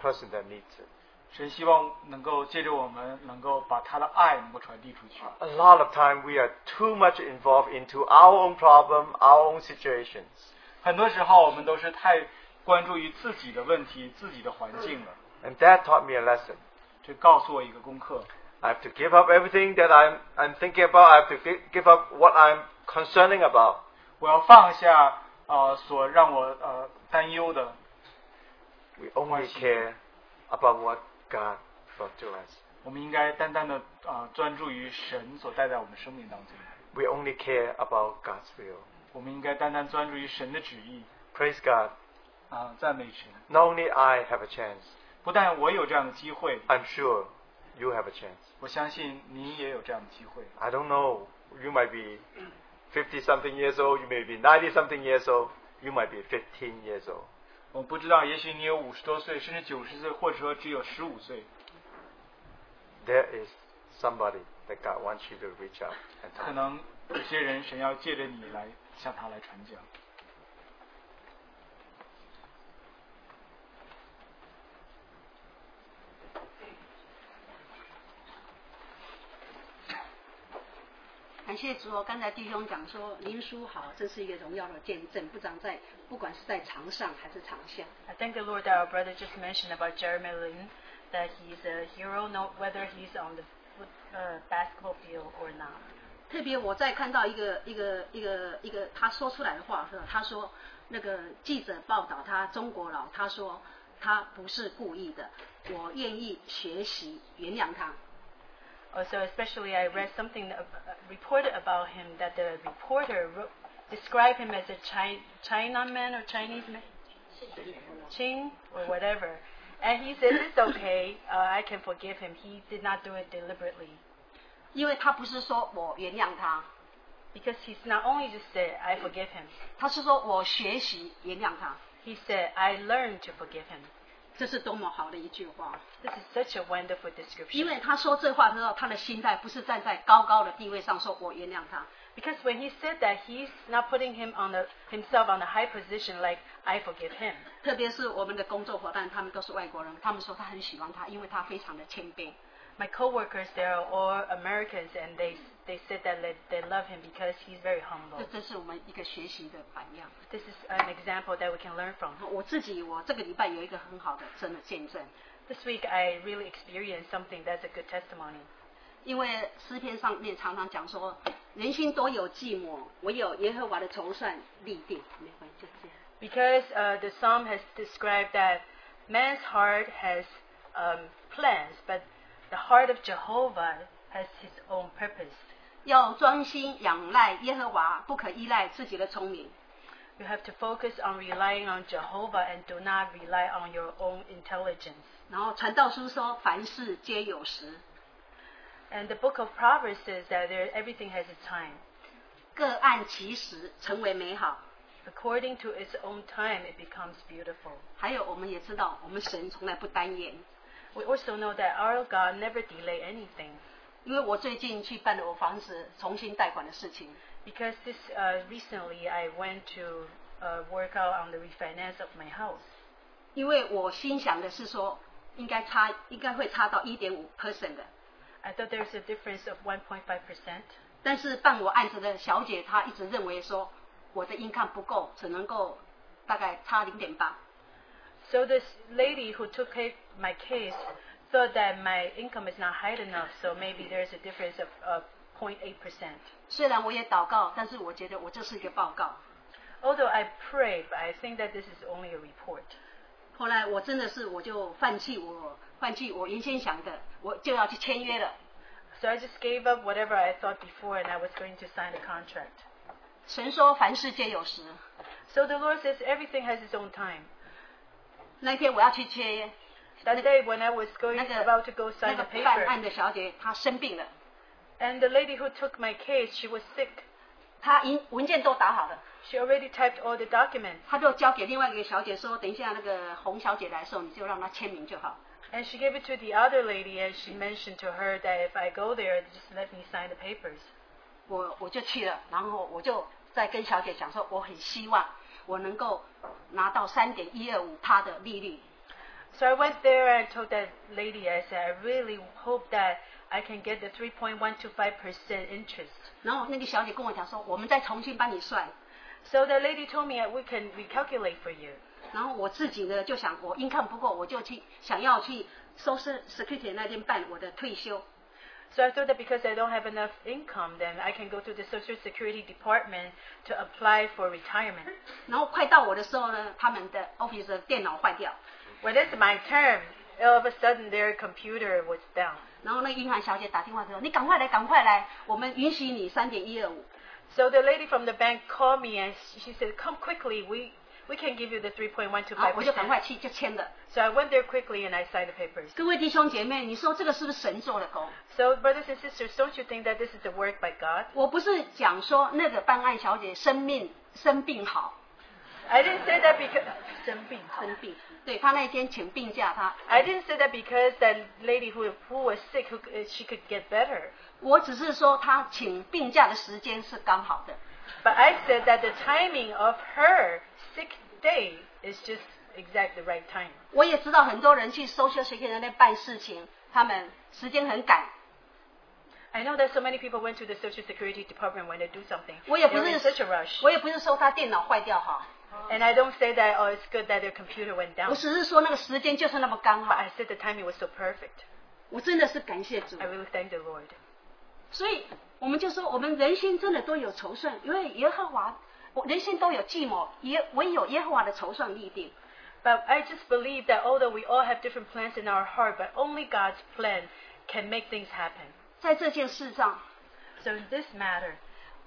[SPEAKER 3] person that needs it.
[SPEAKER 1] 神希望能够借着我们，能够把他的爱能够传递出去。
[SPEAKER 3] A lot of time we are too much involved into our own problem, our own situations.
[SPEAKER 1] 很多时候，我们都是太关注于自己的问题、自己的环境了。
[SPEAKER 3] And that taught me a lesson.
[SPEAKER 1] 这告诉我一个功课：
[SPEAKER 3] I have to give up everything that I'm, I'm thinking about. I have to gi- give up what I'm concerning about.
[SPEAKER 1] 我要放下呃所让我呃担忧的，
[SPEAKER 3] We only
[SPEAKER 1] Yes.
[SPEAKER 3] care about what God brought to us.
[SPEAKER 1] 我们应该单单的呃专注于神所带在我们生命当中。
[SPEAKER 3] We only care about God's will.
[SPEAKER 1] 我们应该单单专注于神的旨意
[SPEAKER 3] Praise God.
[SPEAKER 1] 啊、赞美神。
[SPEAKER 3] Not only I have a chance,
[SPEAKER 1] 不但我有这样的机会，
[SPEAKER 3] I'm sure you have a chance.
[SPEAKER 1] 我相信你也有这样的机会。
[SPEAKER 3] I don't know. You might be 50 something years old. You may be 90 something years old. You might be 15 years old.
[SPEAKER 1] 我不知道，也许你有五十多岁，甚至九十岁，或者说只有十五岁，
[SPEAKER 3] There is somebody that God wants you to reach out and
[SPEAKER 1] 可
[SPEAKER 3] talk.
[SPEAKER 1] 能有些人神要借着你来向他来传讲。
[SPEAKER 4] 感谢主哦！刚才弟兄讲说您书好，这是一个荣耀的见证，不长在不管是在场上还是场下。
[SPEAKER 5] I thank the Lord that our brother just mentioned about Jeremy Lin, that he's a hero, no whether he's on the foot, uh, basketball field or not.
[SPEAKER 4] 特别我在看到一个一个一个一个他说出来的话，他说那个记者报道他中国佬，他说他不是故意的，我愿意学习原谅他。
[SPEAKER 5] Also, especially I read something ab- uh, reported about him that the reporter wrote, described him as a Chi- Chinaman or Chinese man, Ching or whatever. And he said, it's okay, uh, I can forgive him. He did not do it deliberately.
[SPEAKER 4] 因为他不是说我原谅他，
[SPEAKER 5] Because he's not only just said, I forgive him,
[SPEAKER 4] 他是说我学习原谅他，
[SPEAKER 5] he said, I learned to forgive him.
[SPEAKER 4] 这是多么好的一句话！
[SPEAKER 5] This is such a wonderful
[SPEAKER 4] 因
[SPEAKER 5] description.
[SPEAKER 4] 为他说这话的时候，他的心态不是站在高高的地位上说“我原谅他
[SPEAKER 5] Because when he said that, he's not putting him on the, himself on a high position like, I forgive him. ”。
[SPEAKER 4] 特别是我们的工作伙伴，他们都是外国人，他们说他很喜欢他，因为他非常的谦卑。
[SPEAKER 5] My coworkers, they are all Americans, and they they said that le- they love him because he's very
[SPEAKER 4] 这
[SPEAKER 5] humble.
[SPEAKER 4] 这是我们一个学习的榜样。
[SPEAKER 5] This is an example that we can learn from.
[SPEAKER 4] 我自己，我哦这个礼拜有一个很好的真的见证，
[SPEAKER 5] This week, I really experienced something that's a good testimony.
[SPEAKER 4] 因为啊诗篇上面常常讲说，人心多有寂寞，唯有耶和华的筹算立定。没关系，就这样。
[SPEAKER 5] Because uh, the psalm has described that man's heart has um, plans, but the heart of Jehovah has his own purpose.
[SPEAKER 4] 要专心仰赖耶和华，不可依赖自己的聪明。
[SPEAKER 5] You have to focus on relying on Jehovah and do not rely on your own intelligence.
[SPEAKER 4] 然后传道书说，凡事皆有时，
[SPEAKER 5] And the book of Proverbs says that there, everything has a time.
[SPEAKER 4] 各按其时成为美好。
[SPEAKER 5] According to its own time, it becomes beautiful.
[SPEAKER 4] 还有，我们也知道，我们神从来不单言。
[SPEAKER 5] We also know that our God never delay anything.
[SPEAKER 4] 因为我最近去办了我房子重新贷款的事情，
[SPEAKER 5] Because this uh, recently, I went to uh, work out on the refinance of my house.
[SPEAKER 4] 因为我心想的是说，应该差，应该会差到一点五 percent 的。
[SPEAKER 5] I thought there's a difference of 1.5 percent.
[SPEAKER 4] 但是办我案子的小姐，她一直认为说我的 income 不够，只能够大概差零点八。
[SPEAKER 5] So this lady who took ca- my case thought that my income is not high enough, so maybe there's a difference of, of 0.8 percent.
[SPEAKER 4] 虽然我也祷告，但是我觉得我这是一个报告。
[SPEAKER 5] Although I pray, but I think that this is only a report.
[SPEAKER 4] 后来我真的是我就放弃我放弃我原先想的，我就要去签约了。
[SPEAKER 5] So I just gave up whatever I thought before, and I was going to sign a contract.
[SPEAKER 4] 神说凡事皆有时，
[SPEAKER 5] So the Lord says everything has its own time.
[SPEAKER 4] 那一天我要去签约，
[SPEAKER 5] That day when I was going
[SPEAKER 4] 那个
[SPEAKER 5] about to go
[SPEAKER 4] 那
[SPEAKER 5] sign
[SPEAKER 4] 个
[SPEAKER 5] the
[SPEAKER 4] 办
[SPEAKER 5] paper,
[SPEAKER 4] 案的小姐她生病了，
[SPEAKER 5] and the lady who took my case, she was sick.
[SPEAKER 4] 她文文件都打好了，
[SPEAKER 5] She already typed all the documents,
[SPEAKER 4] 她就交给另外一个小姐说，等一下那个洪小姐来的时候，你就让她签名就好。
[SPEAKER 5] and she gave it to the other lady, and she mentioned to her that if I go there, just let me sign the papers.
[SPEAKER 4] 我我就去了，然后我就再跟小姐讲说，我很希望我能够拿到三点一二五趴的利率。
[SPEAKER 5] So I went there and told that lady, I said, I really hope that I can get the 3.125% interest.
[SPEAKER 4] 然后那个小姐跟我讲说，我们再重新帮你算。
[SPEAKER 5] So the lady told me we can recalculate for you.
[SPEAKER 4] 然后我自己呢就想，我 income 不够，我就去想要去收拾 security 那天办我的退休。
[SPEAKER 5] So I thought that because I don't have enough income, then I can go to the Social Security Department to apply for retirement.
[SPEAKER 4] 然后快到我的时候呢，他们的 office 的电脑坏掉，
[SPEAKER 5] When it's my turn, all of a sudden their computer was down.
[SPEAKER 4] 然后那个银行小姐打电话说，你赶快来，赶快来，我们允许你三点一二五。
[SPEAKER 5] So the lady from the bank called me and she she said, "Come quickly, we we can give you the 3.125%."
[SPEAKER 4] 然后我就赶快去就签了。
[SPEAKER 5] So I went there quickly and I signed the papers.
[SPEAKER 4] 各位弟兄姐妹，你说这个是不是神做的工？
[SPEAKER 5] So brothers and sisters, don't you think that this is the work by God?
[SPEAKER 4] 我不是讲说那个办案小姐生命生病好，
[SPEAKER 5] I didn't say that because
[SPEAKER 4] 生病，对她那天请病假，她
[SPEAKER 5] I didn't say that because that lady who who was sick, who, c- she could get better.
[SPEAKER 4] 我只是说她请病假的时间是刚好的，
[SPEAKER 5] But I said that the timing of her sick day is just exact the right time.
[SPEAKER 4] 我也知道很多人去 social security 那办事情，他们时间很赶。
[SPEAKER 5] I know that so many people went to the Social Security Department when they do something.
[SPEAKER 4] 我也
[SPEAKER 5] They
[SPEAKER 4] 不
[SPEAKER 5] were in
[SPEAKER 4] 是
[SPEAKER 5] such a rush.
[SPEAKER 4] 我也不是说他电脑坏掉哈，
[SPEAKER 5] And I don't say that, oh, it's good that their computer went
[SPEAKER 4] 我
[SPEAKER 5] down.
[SPEAKER 4] 只是说那个时间就是那么刚
[SPEAKER 5] But
[SPEAKER 4] 好。哎
[SPEAKER 5] I said the timing was so perfect.
[SPEAKER 4] 我真的是感谢主
[SPEAKER 5] I，really thank the Lord.
[SPEAKER 4] 所以我们就说我们人心真的都有筹算，因为耶和华，我人心都有计谋，也唯有耶和华的筹算立定。
[SPEAKER 5] But I just believe that although we all have different plans in our heart, but only God's plan can make things happen.
[SPEAKER 4] 在这件事上，
[SPEAKER 5] So in this matter,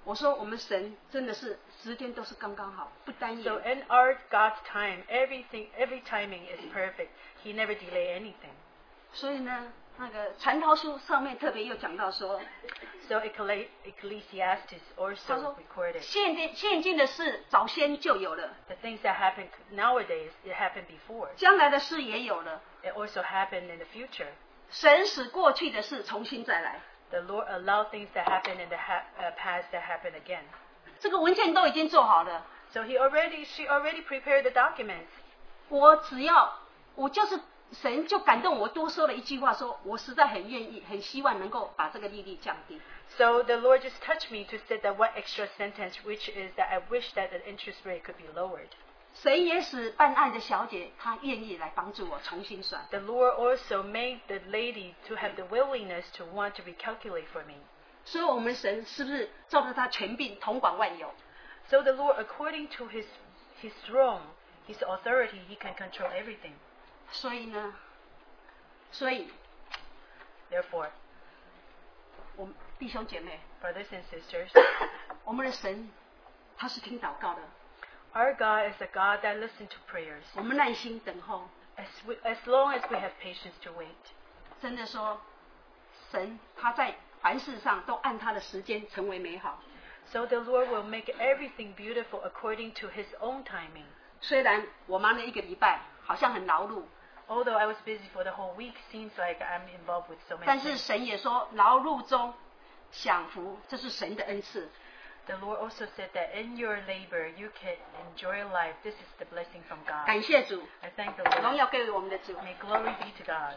[SPEAKER 4] 我说我们神真的是时间都是刚刚好，不单
[SPEAKER 5] so
[SPEAKER 4] 言。
[SPEAKER 5] in our God's time, everything, every timing is perfect. He never delay anything.
[SPEAKER 4] 所以呢，那个传道书上面特别又讲到说，
[SPEAKER 5] So Ecclesi- Ecclesiastes
[SPEAKER 4] 他
[SPEAKER 5] also
[SPEAKER 4] 说
[SPEAKER 5] recorded
[SPEAKER 4] 现今现今的事早先就有了，
[SPEAKER 5] the things that happen nowadays. It happened before.
[SPEAKER 4] 将来的事也有了。
[SPEAKER 5] It also happened in the future.
[SPEAKER 4] 神使过去的事重新再来，
[SPEAKER 5] The Lord allowed things that happen in the ha- uh, past that happen again.
[SPEAKER 4] 这个文件都已经做好了，
[SPEAKER 5] So he already, she already prepared the documents.
[SPEAKER 4] 我只要我就是神就感动我多说了一句话说，我实在很愿意，很希望能够把这个利率降低。
[SPEAKER 5] So the Lord just touched me to say that one extra sentence, which is that I wish that the interest rate could be lowered.
[SPEAKER 4] 神也使办案的小姐她愿意来帮助我重新算。
[SPEAKER 5] The Lord also made the lady to have the willingness to want to recalculate for me.
[SPEAKER 4] 所以我们神是不是照着他权柄统管万有？
[SPEAKER 5] So the Lord, according to his his throne, his authority, he can control everything.
[SPEAKER 4] 所以呢，
[SPEAKER 6] 所以
[SPEAKER 5] Therefore,
[SPEAKER 6] 我们弟兄姐
[SPEAKER 4] <coughs>
[SPEAKER 6] 妹，
[SPEAKER 5] brothers and sisters,
[SPEAKER 6] 我们的神他是听祷告的，
[SPEAKER 5] our God is a God that listens to prayers.
[SPEAKER 6] 我们耐心等候，
[SPEAKER 5] As, we, as long as we have patience to wait,
[SPEAKER 6] 真的说，神他在凡事上都按他的时间成为美好。
[SPEAKER 5] so the Lord will make everything beautiful according to His own timing.
[SPEAKER 6] 虽然我忙了一个礼拜，好像很劳碌，
[SPEAKER 5] Although I was busy for the whole week, seems like I'm involved with so
[SPEAKER 6] 但
[SPEAKER 5] many
[SPEAKER 6] 是
[SPEAKER 5] things.
[SPEAKER 6] 神也说劳碌中享福，这是神的恩赐。
[SPEAKER 5] The Lord also said that in your labor you can enjoy life. This is the blessing from God.
[SPEAKER 6] 感谢主，
[SPEAKER 5] I thank the
[SPEAKER 6] 荣
[SPEAKER 5] Lord.
[SPEAKER 6] 耀归于我们的主。
[SPEAKER 5] May glory be to God.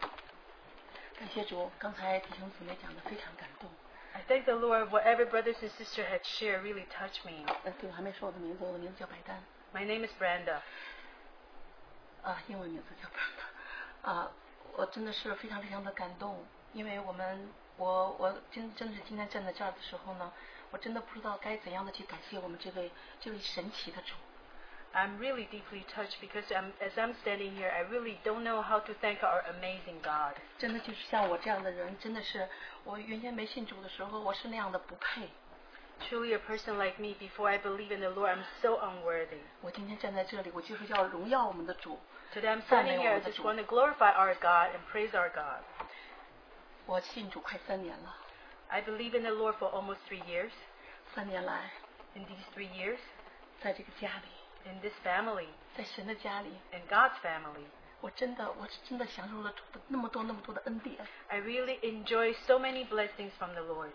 [SPEAKER 4] 感谢主，刚才弟兄姊妹讲的非常感动。
[SPEAKER 5] I thank the Lord. Whatever brothers and sisters had shared really touched me.
[SPEAKER 4] 呃，对，我还没说我的名字，我的名字叫白丹，
[SPEAKER 5] My name is Brenda.
[SPEAKER 4] 啊，英文名字叫白丹，啊，我真的是非常非常的感动，因为我们，我我真真的是今天站在这儿的时候呢，我真的不知道该怎样的去感谢我们这位这位神奇的主。
[SPEAKER 5] I'm really deeply touched because I'm, as I'm standing here, I really don't know how to thank our amazing God.
[SPEAKER 4] 真的就是像我这样的人，真的是我原先没信主的时候，我是那样的不配。
[SPEAKER 5] Truly, a person like me, before I believe in the Lord, I'm so unworthy.
[SPEAKER 4] 我今天站在这里，我就是要荣耀我们的主。
[SPEAKER 5] Today I'm standing here. I just want to glorify our God and praise our God.
[SPEAKER 4] 我信主快三年了，
[SPEAKER 5] I believe in the Lord for almost three years.
[SPEAKER 4] 三年来，
[SPEAKER 5] In these three years,
[SPEAKER 4] 在这个家里，
[SPEAKER 5] in this family,
[SPEAKER 4] 在神的家里，
[SPEAKER 5] in God's family,
[SPEAKER 4] 我真的，我是真的享受了主的那么多那么多的恩典。
[SPEAKER 5] I really enjoy so many blessings from the Lord.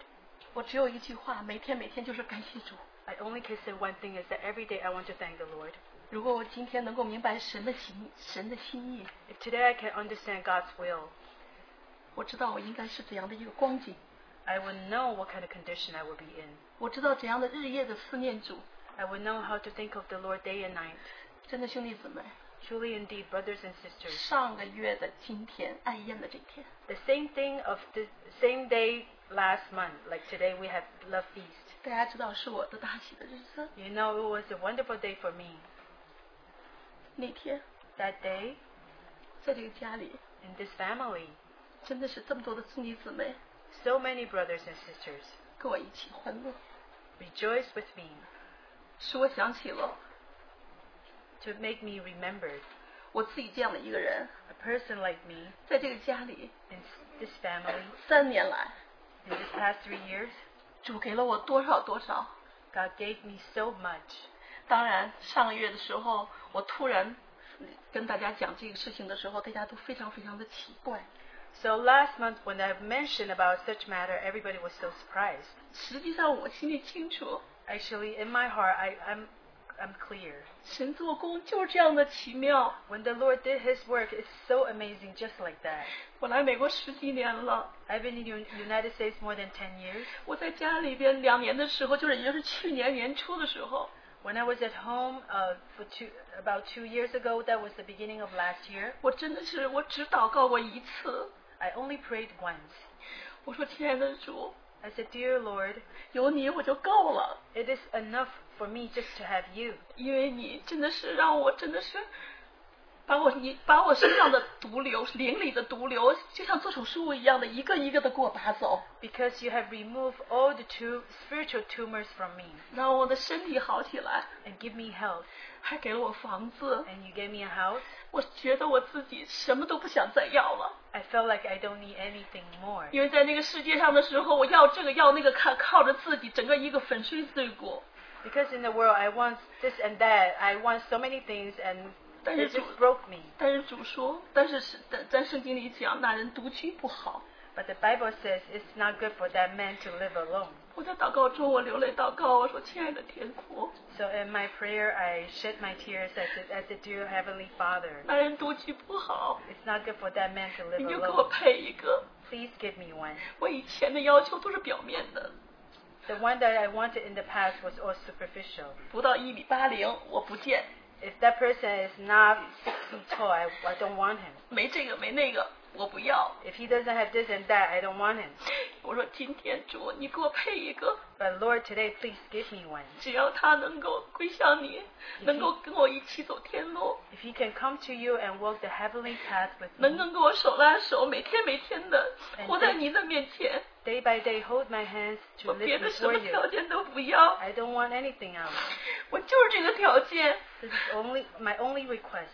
[SPEAKER 4] 我只有一句话，每天每天就是感谢主。
[SPEAKER 5] I only can say one thing is that every day I want to thank the Lord.
[SPEAKER 4] 如果我今天能够明白神的心，神的心意，
[SPEAKER 5] If today I can understand God's will,
[SPEAKER 4] 我知道我应该是怎样的一个光景，
[SPEAKER 5] I will know what kind of condition I will be in.
[SPEAKER 4] 我知道怎样的日夜的思念主。
[SPEAKER 5] I will know how to think of the Lord day and night.
[SPEAKER 4] 真的，兄弟姊妹，
[SPEAKER 5] Truly, indeed, brothers and sisters,
[SPEAKER 4] 上个月的今天，爱宴的这天，
[SPEAKER 5] the same thing of the same day last month, like today we have love feast.
[SPEAKER 4] 大家知道是我的大喜的日子。
[SPEAKER 5] You know, it was a wonderful day for me.
[SPEAKER 4] 那天，
[SPEAKER 5] That day,
[SPEAKER 4] 在这个家里，
[SPEAKER 5] in this family,
[SPEAKER 4] 真的是这么多的兄弟姊妹
[SPEAKER 5] so many brothers and sisters
[SPEAKER 4] 跟我一起欢乐，
[SPEAKER 5] rejoice with me
[SPEAKER 4] 使我想起了
[SPEAKER 5] to make me remember
[SPEAKER 4] 我自己这样的一个人，
[SPEAKER 5] a person like me
[SPEAKER 4] 在这个家里
[SPEAKER 5] in this family
[SPEAKER 4] 三年来，
[SPEAKER 5] in these past three years.
[SPEAKER 4] 主给了我多少多少。
[SPEAKER 5] God gave me so much.
[SPEAKER 4] 当然，上个月的时候，我突然跟大家讲这个事情的时候，大家都非常非常的奇怪。
[SPEAKER 5] So last month, when I mentioned about such matter, everybody was so surprised.
[SPEAKER 4] 实际上，我心里清楚，
[SPEAKER 5] Actually, in my heart, I, I'm I'm clear.
[SPEAKER 4] 神做工就是这样的奇妙。
[SPEAKER 5] When the Lord did His work, it's so amazing, just like that.
[SPEAKER 4] 我来美国十几年了，
[SPEAKER 5] I've been in the United States more than 10 years.
[SPEAKER 4] 我在家里边两年的时候，就是也就是去年年初的时候，
[SPEAKER 5] When I was at home uh, for two, about two years ago, that was the beginning of last year,
[SPEAKER 4] 我真的是我只祷告过一次，
[SPEAKER 5] I only prayed once.
[SPEAKER 4] 我说亲爱的主，
[SPEAKER 5] I said, Dear Lord,
[SPEAKER 4] 有你我就够了，
[SPEAKER 5] it is enough for me just to have you.
[SPEAKER 4] 因为你真的是让我真的是把我你把我身上的毒瘤、灵里的毒瘤，就像做手术一样的一个一个的给我拔走，
[SPEAKER 5] Because you have removed all the tu- spiritual tumors from me
[SPEAKER 4] 让我的身体好起来，
[SPEAKER 5] and give me health.
[SPEAKER 4] 还给了我房子。
[SPEAKER 5] And you gave me a house.
[SPEAKER 4] 我觉得我自己什么都不想再要了，
[SPEAKER 5] I felt like I don't need anything more.
[SPEAKER 4] 因为在那个世界上的时候，我要这个要那个，看靠着自己，整个一个粉身碎骨。
[SPEAKER 5] Because in the world, I want this and that. I want so many things, and it just broke me.
[SPEAKER 4] 但是主说，但是是但但圣经里讲，那人独居不好。
[SPEAKER 5] But the Bible says it's not good for that man to live alone.
[SPEAKER 4] 我在祷告中，我流泪祷告，我说：“亲爱的天父，
[SPEAKER 5] So in my prayer, I shed my tears as a, as a dear Heavenly Father.
[SPEAKER 4] 男人独居不好，
[SPEAKER 5] It's not good for that man to
[SPEAKER 4] 你
[SPEAKER 5] live
[SPEAKER 4] 就给我
[SPEAKER 5] alone.
[SPEAKER 4] 配一个。
[SPEAKER 5] Please give me one.
[SPEAKER 4] 我以前的要求都是表面的，
[SPEAKER 5] The one that I wanted in the past was all superficial.
[SPEAKER 4] 不到一米八零我不见，
[SPEAKER 5] If that person is not six feet tall, I, I don't want him.
[SPEAKER 4] 没这个没那个我不要。
[SPEAKER 5] If he doesn't have this and that, I don't want him.
[SPEAKER 4] 我我说今天主，你给我配一个，
[SPEAKER 5] But Lord, today, please give me one.
[SPEAKER 4] 只要他能够归向你，能够跟我一起走天路，
[SPEAKER 5] If He can come to you and walk the heavenly path with
[SPEAKER 4] 能
[SPEAKER 5] me,
[SPEAKER 4] 能跟我手拉手，每天每天的活在你的面前，
[SPEAKER 5] day by day, hold my hands to
[SPEAKER 4] 我别
[SPEAKER 5] live
[SPEAKER 4] 的什
[SPEAKER 5] before
[SPEAKER 4] 么
[SPEAKER 5] you.
[SPEAKER 4] 条件都不要，
[SPEAKER 5] I don't want anything else.
[SPEAKER 4] 我就是这个条件，
[SPEAKER 5] This is only my only request.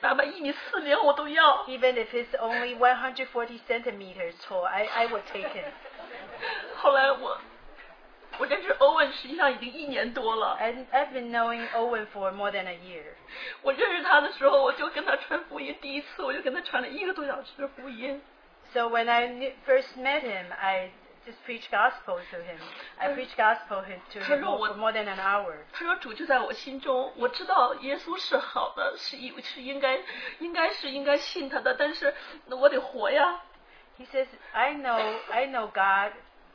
[SPEAKER 4] 哪怕一米四零我都要。
[SPEAKER 5] Even if it's only 140 centimeters tall, I, I would take it.
[SPEAKER 4] 后来我，我认识欧文实际上已经一年多了。
[SPEAKER 5] And I've been knowing Owen for more than a year.
[SPEAKER 4] 我认识他的时候，我就跟他传福音，第一次我就跟他传了一个多小时的福音。
[SPEAKER 5] So when I knew, first met him, I just preached gospel to him. I preached gospel him- to him more- for more than an hour.
[SPEAKER 4] 他说主就在我心中，我知道耶稣是好的，是应是应该应该是应该信他的，但是那我得活呀。
[SPEAKER 5] He says, "I know, I know God,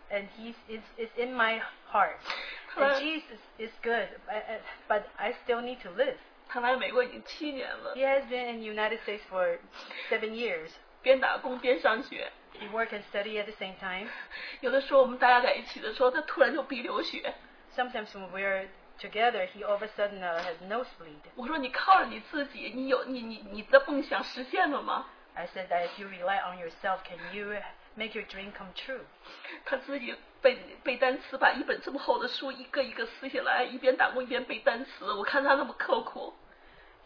[SPEAKER 5] and He's is is in my heart. And
[SPEAKER 4] Hello.
[SPEAKER 5] Jesus is good, but- uh, but I still need to live."
[SPEAKER 4] 他来美国已经七年了
[SPEAKER 5] He，has been in United States for seven years.
[SPEAKER 4] 边打工边上学。
[SPEAKER 5] He work and study at the same time.
[SPEAKER 4] 有的时候我们大家在一起的时候，他突然就鼻流血。
[SPEAKER 5] Sometimes when we're together, he all of a sudden uh, has nosebleed.
[SPEAKER 4] 我说你靠着你自己，你有你你你的梦想实现了吗？
[SPEAKER 5] I said that if you rely on yourself, can you make your dream come true?
[SPEAKER 4] 他自己背背单词，把一本这么厚的书一个一个撕下来，一边打工一边背单词。我看他那么刻苦，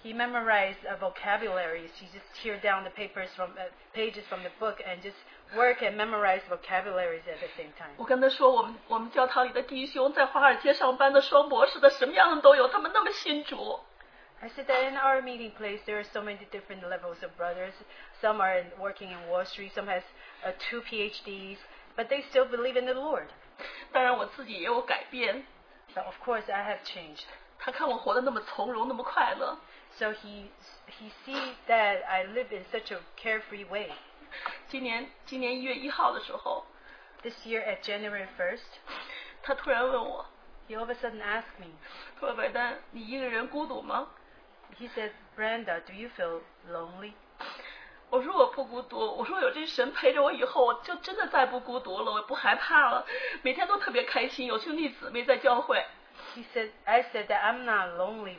[SPEAKER 5] He memorized uh, vocabularies. He just tear down the papers from uh, pages from the book and just work and memorize vocabularies at the same time.
[SPEAKER 4] 我跟他说，我们我们教堂里的弟兄在华尔街上班的双博士的，什么样的都有，他们那么信主。
[SPEAKER 5] I said that in our meeting place, there are so many different levels of brothers. Some are in- working in Wall Street. Some has uh, two PhDs, but they still believe in the Lord.
[SPEAKER 4] 当然我自己也有改变。
[SPEAKER 5] But of course, I have changed.
[SPEAKER 4] 他看我活得那么从容，那么快乐，
[SPEAKER 5] So he he sees that I live in such a carefree way.
[SPEAKER 4] 今年今年一月一号的时候，
[SPEAKER 5] This year at January 1st,
[SPEAKER 4] 他突然问我，
[SPEAKER 5] he all of a sudden asked me.
[SPEAKER 4] 他说：“白丹，你一个人孤独吗
[SPEAKER 5] He said, "Brenda, do you feel lonely?"
[SPEAKER 4] 我说我不孤独，我说有这神陪着我以后，我就真的再不孤独了，我不害怕了，每天都特别开心，有兄弟姊妹在教会。
[SPEAKER 5] He said, "I said that I'm not lonely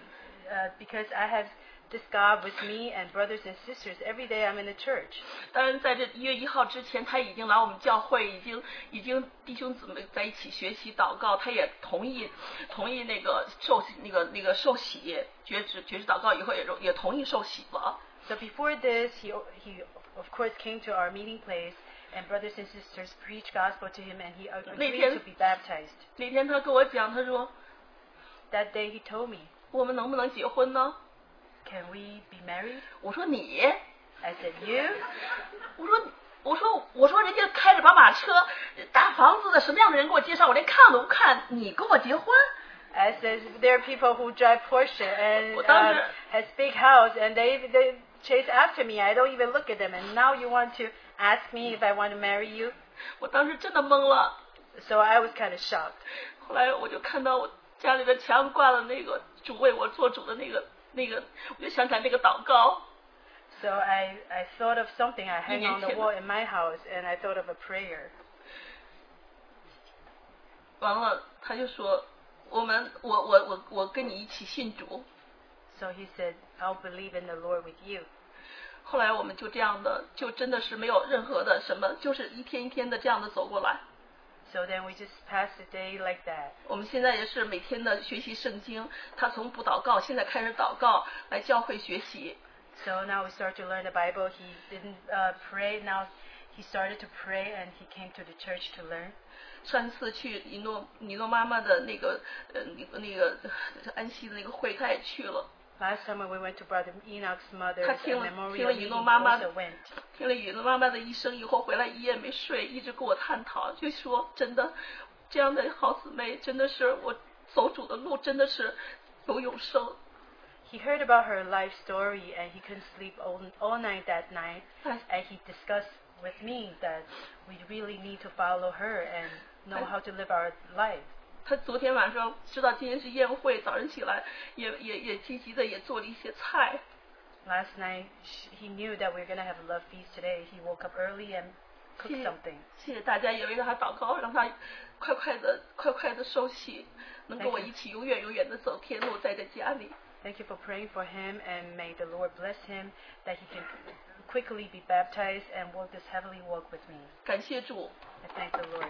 [SPEAKER 5] uh, because I have this God with me and brothers and sisters. Every day I'm in the church."
[SPEAKER 4] 当然，在这一月一号之前，他已经来我们教会，已经 <laughs> 已经弟兄姊妹在一起学习祷告，他也同意同意那个受洗那个那个受洗绝职绝职祷告以后也也同意受洗了。
[SPEAKER 5] So before this, he he of course came to our meeting place, and brothers and sisters preached gospel to him, and he agreed to be baptized.
[SPEAKER 4] 那天他跟我讲，他说
[SPEAKER 5] That day, he told me,
[SPEAKER 4] 我们能不能结婚呢？
[SPEAKER 5] "Can we be married?"
[SPEAKER 4] 我说你，
[SPEAKER 5] I said, "You."
[SPEAKER 4] 我说，我说，我说，人家开着宝马车，大房子的，什么样的人给我介绍，我连看都不看，你跟我结婚？
[SPEAKER 5] I said there are people who drive Porsche and
[SPEAKER 4] Well,
[SPEAKER 5] um,
[SPEAKER 4] those are-
[SPEAKER 5] has big house, and they they chase after me. I don't even look at them, and now you want to ask me if I want to marry you?
[SPEAKER 4] 我当时真的懵了。
[SPEAKER 5] So I was kind of shocked.
[SPEAKER 4] 后来我就看到我家里的墙挂了那个主为我做主的那个那个，我就想起来那个祷告。
[SPEAKER 5] So I I thought of something I hang on the
[SPEAKER 4] 年前的
[SPEAKER 5] wall in my house, and I thought of a prayer.
[SPEAKER 4] 完了，他就说，我们，我我我我跟你一起信主。
[SPEAKER 5] So he said, "I'll believe in the Lord with you."
[SPEAKER 4] 后来我们就这样的，就真的是没有任何的什么，就是一天一天的这样的走过来。
[SPEAKER 5] So then we just passed the day like that.
[SPEAKER 4] 我们现在也是每天的学习圣经，他从不祷告，现在开始祷告，来教会学习。
[SPEAKER 5] So now we start to learn the Bible. He didn't uh, pray. Now he started to pray, and he came to the church to learn.
[SPEAKER 4] 上次去尼诺尼诺妈妈的那个呃那个那个安息的那个会，他也去了，
[SPEAKER 5] Last summer we went to Brother Enoch's mother's uh,
[SPEAKER 4] 他听了
[SPEAKER 5] memorial
[SPEAKER 4] 听了
[SPEAKER 5] meeting.
[SPEAKER 4] 尼
[SPEAKER 5] We
[SPEAKER 4] 诺妈妈
[SPEAKER 5] also went.
[SPEAKER 4] 听了尼诺妈妈的一生以后回来一夜没睡，一直跟我探讨，就说真的，这样的好姊妹真的是我走主的路真的是有永生。
[SPEAKER 5] He heard about her life story and he couldn't sleep all, all night that night.
[SPEAKER 4] That's-
[SPEAKER 5] And he discussed with me that we really need to follow her and know
[SPEAKER 4] That's-
[SPEAKER 5] how to live our life.
[SPEAKER 4] 他昨天晚上知道今天是宴会，早上起来也也也积极的也做了一些菜。
[SPEAKER 5] Last night sh- he knew that we were gonna have a love feast today. He woke up early and cook
[SPEAKER 4] 谢谢
[SPEAKER 5] something.
[SPEAKER 4] 谢谢大家，也为他祷告，让他快快的快快的受洗，能跟我一起永远永远的走天路，在这家里。
[SPEAKER 5] Thank you for praying for him, and may the Lord bless him that he can quickly be baptized and walk this heavenly walk with me.
[SPEAKER 4] 感谢主，
[SPEAKER 5] I thank the Lord.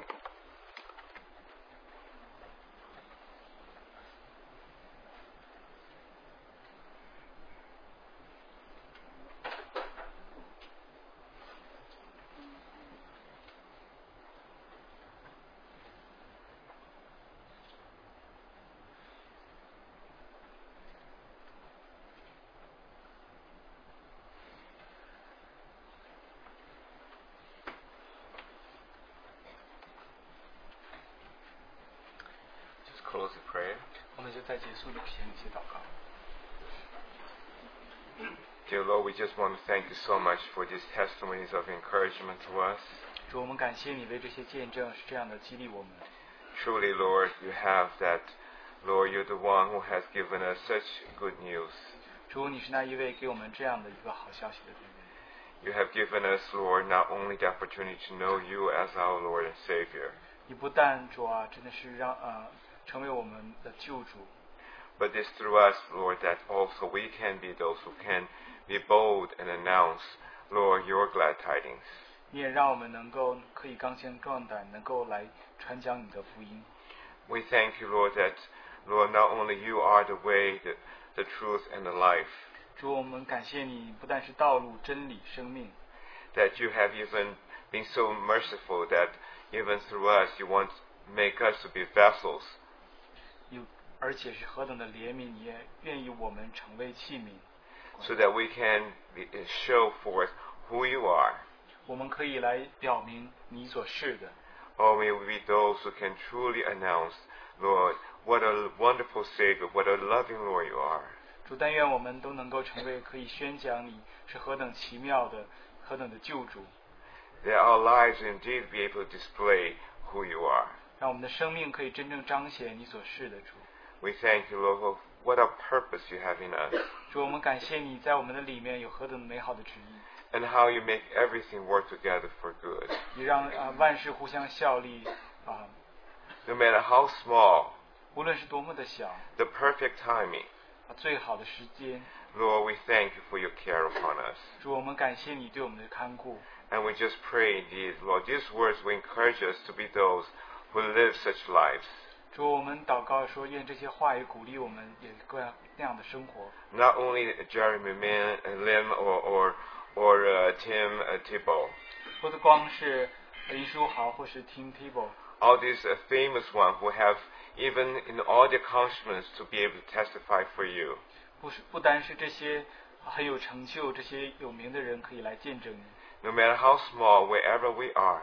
[SPEAKER 2] Just close the prayer.
[SPEAKER 1] 我们就在结束之前一起祷啊告。
[SPEAKER 2] Dear Lord, we just want to thank you so much for these testimonies of encouragement to us.
[SPEAKER 1] 主，我们感谢你为这些见证是这样的激励我们。
[SPEAKER 2] Truly, Lord, you have that. Lord, you're the one who has given us such good news.
[SPEAKER 1] 主，你是那一位给我们这样的一个好消息的人。
[SPEAKER 2] You have given us, Lord, not only the opportunity to know you as our Lord and Savior,
[SPEAKER 1] 你不但主啊，真的是让呃成为我们的救主，
[SPEAKER 2] but it's through us, Lord, that also we can be those who can be bold and announce, Lord, your glad tidings.
[SPEAKER 1] 你也让我们能够可以刚强壮胆，能够来传讲你的福音。
[SPEAKER 2] We thank you, Lord, that, Lord, not only you are the way, the, the truth, and the life,
[SPEAKER 1] 主，我们感谢你，不但是道路、真理、生命，
[SPEAKER 2] that you have even been so merciful that even through us you want to make us to be vessels
[SPEAKER 1] 有而且是何等的怜悯，你也愿意我们成为器皿，
[SPEAKER 2] so that we can be, show forth who you are.
[SPEAKER 1] 我们可以来表明你所是的。
[SPEAKER 2] Oh, may we be those who can truly announce, Lord, what a wonderful Savior, what a loving Lord you are.
[SPEAKER 1] 主，但愿我们都能够成为可以宣讲你是何等奇妙的、何等的救主，
[SPEAKER 2] That our lives indeed be able to display who you are.
[SPEAKER 1] 让我们的生命可以真正彰显你所是的主。
[SPEAKER 2] We thank you, Lord, for what a purpose you have in us
[SPEAKER 1] 主，我们感谢你在我们的里面有何等美好的旨意，
[SPEAKER 2] and how you make everything work together for good.
[SPEAKER 1] 你让啊、呃万事互相效力啊、
[SPEAKER 2] No matter how small,
[SPEAKER 1] 无论是多么的小，
[SPEAKER 2] the perfect timing.
[SPEAKER 1] 啊最好的时间。
[SPEAKER 2] Lord, we thank you for your care upon us.
[SPEAKER 1] 主，我们感谢你对我们的看顾。
[SPEAKER 2] And we just pray indeed, Lord, these words will encourage us to be those who live such lives,
[SPEAKER 1] 主，我们祷告说，愿这些话语鼓励我们，也过那样的生活。
[SPEAKER 2] not only Jeremy Min, Lim, or, or, or uh, Tim uh, Tebow.
[SPEAKER 1] 不光是林书豪或是 Tim Tebow，
[SPEAKER 2] All these uh, famous ones who have, even in all their accomplishments, to be able to testify for you.
[SPEAKER 1] 不是不单是这些很有成就、这些有名的人可以来见证你。
[SPEAKER 2] No matter how small, wherever we are,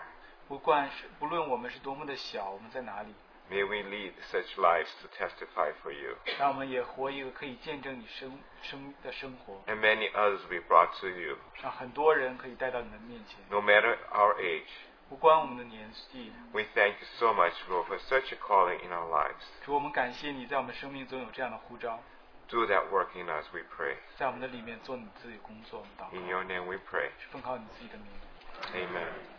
[SPEAKER 1] 不管是不论我们是多么的小，我们在哪里，
[SPEAKER 2] may we lead such lives to testify for you.
[SPEAKER 1] 让我们也活一个可以见证你生生的生活，
[SPEAKER 2] And many others will be brought to you,
[SPEAKER 1] 让很多人可以带到你的面前。
[SPEAKER 2] no matter our age.
[SPEAKER 1] 不管我们的年纪，
[SPEAKER 2] We thank you so much, Lord, for such a calling in our lives.
[SPEAKER 1] 主，我们感谢你在我们生命中有这样的呼召，
[SPEAKER 2] Do that work in us, we pray.
[SPEAKER 1] 在我们的里面做你自己工作。我们祷
[SPEAKER 2] In
[SPEAKER 1] 告，
[SPEAKER 2] your name we pray.
[SPEAKER 1] 是奉靠你自己的名。
[SPEAKER 2] Amen.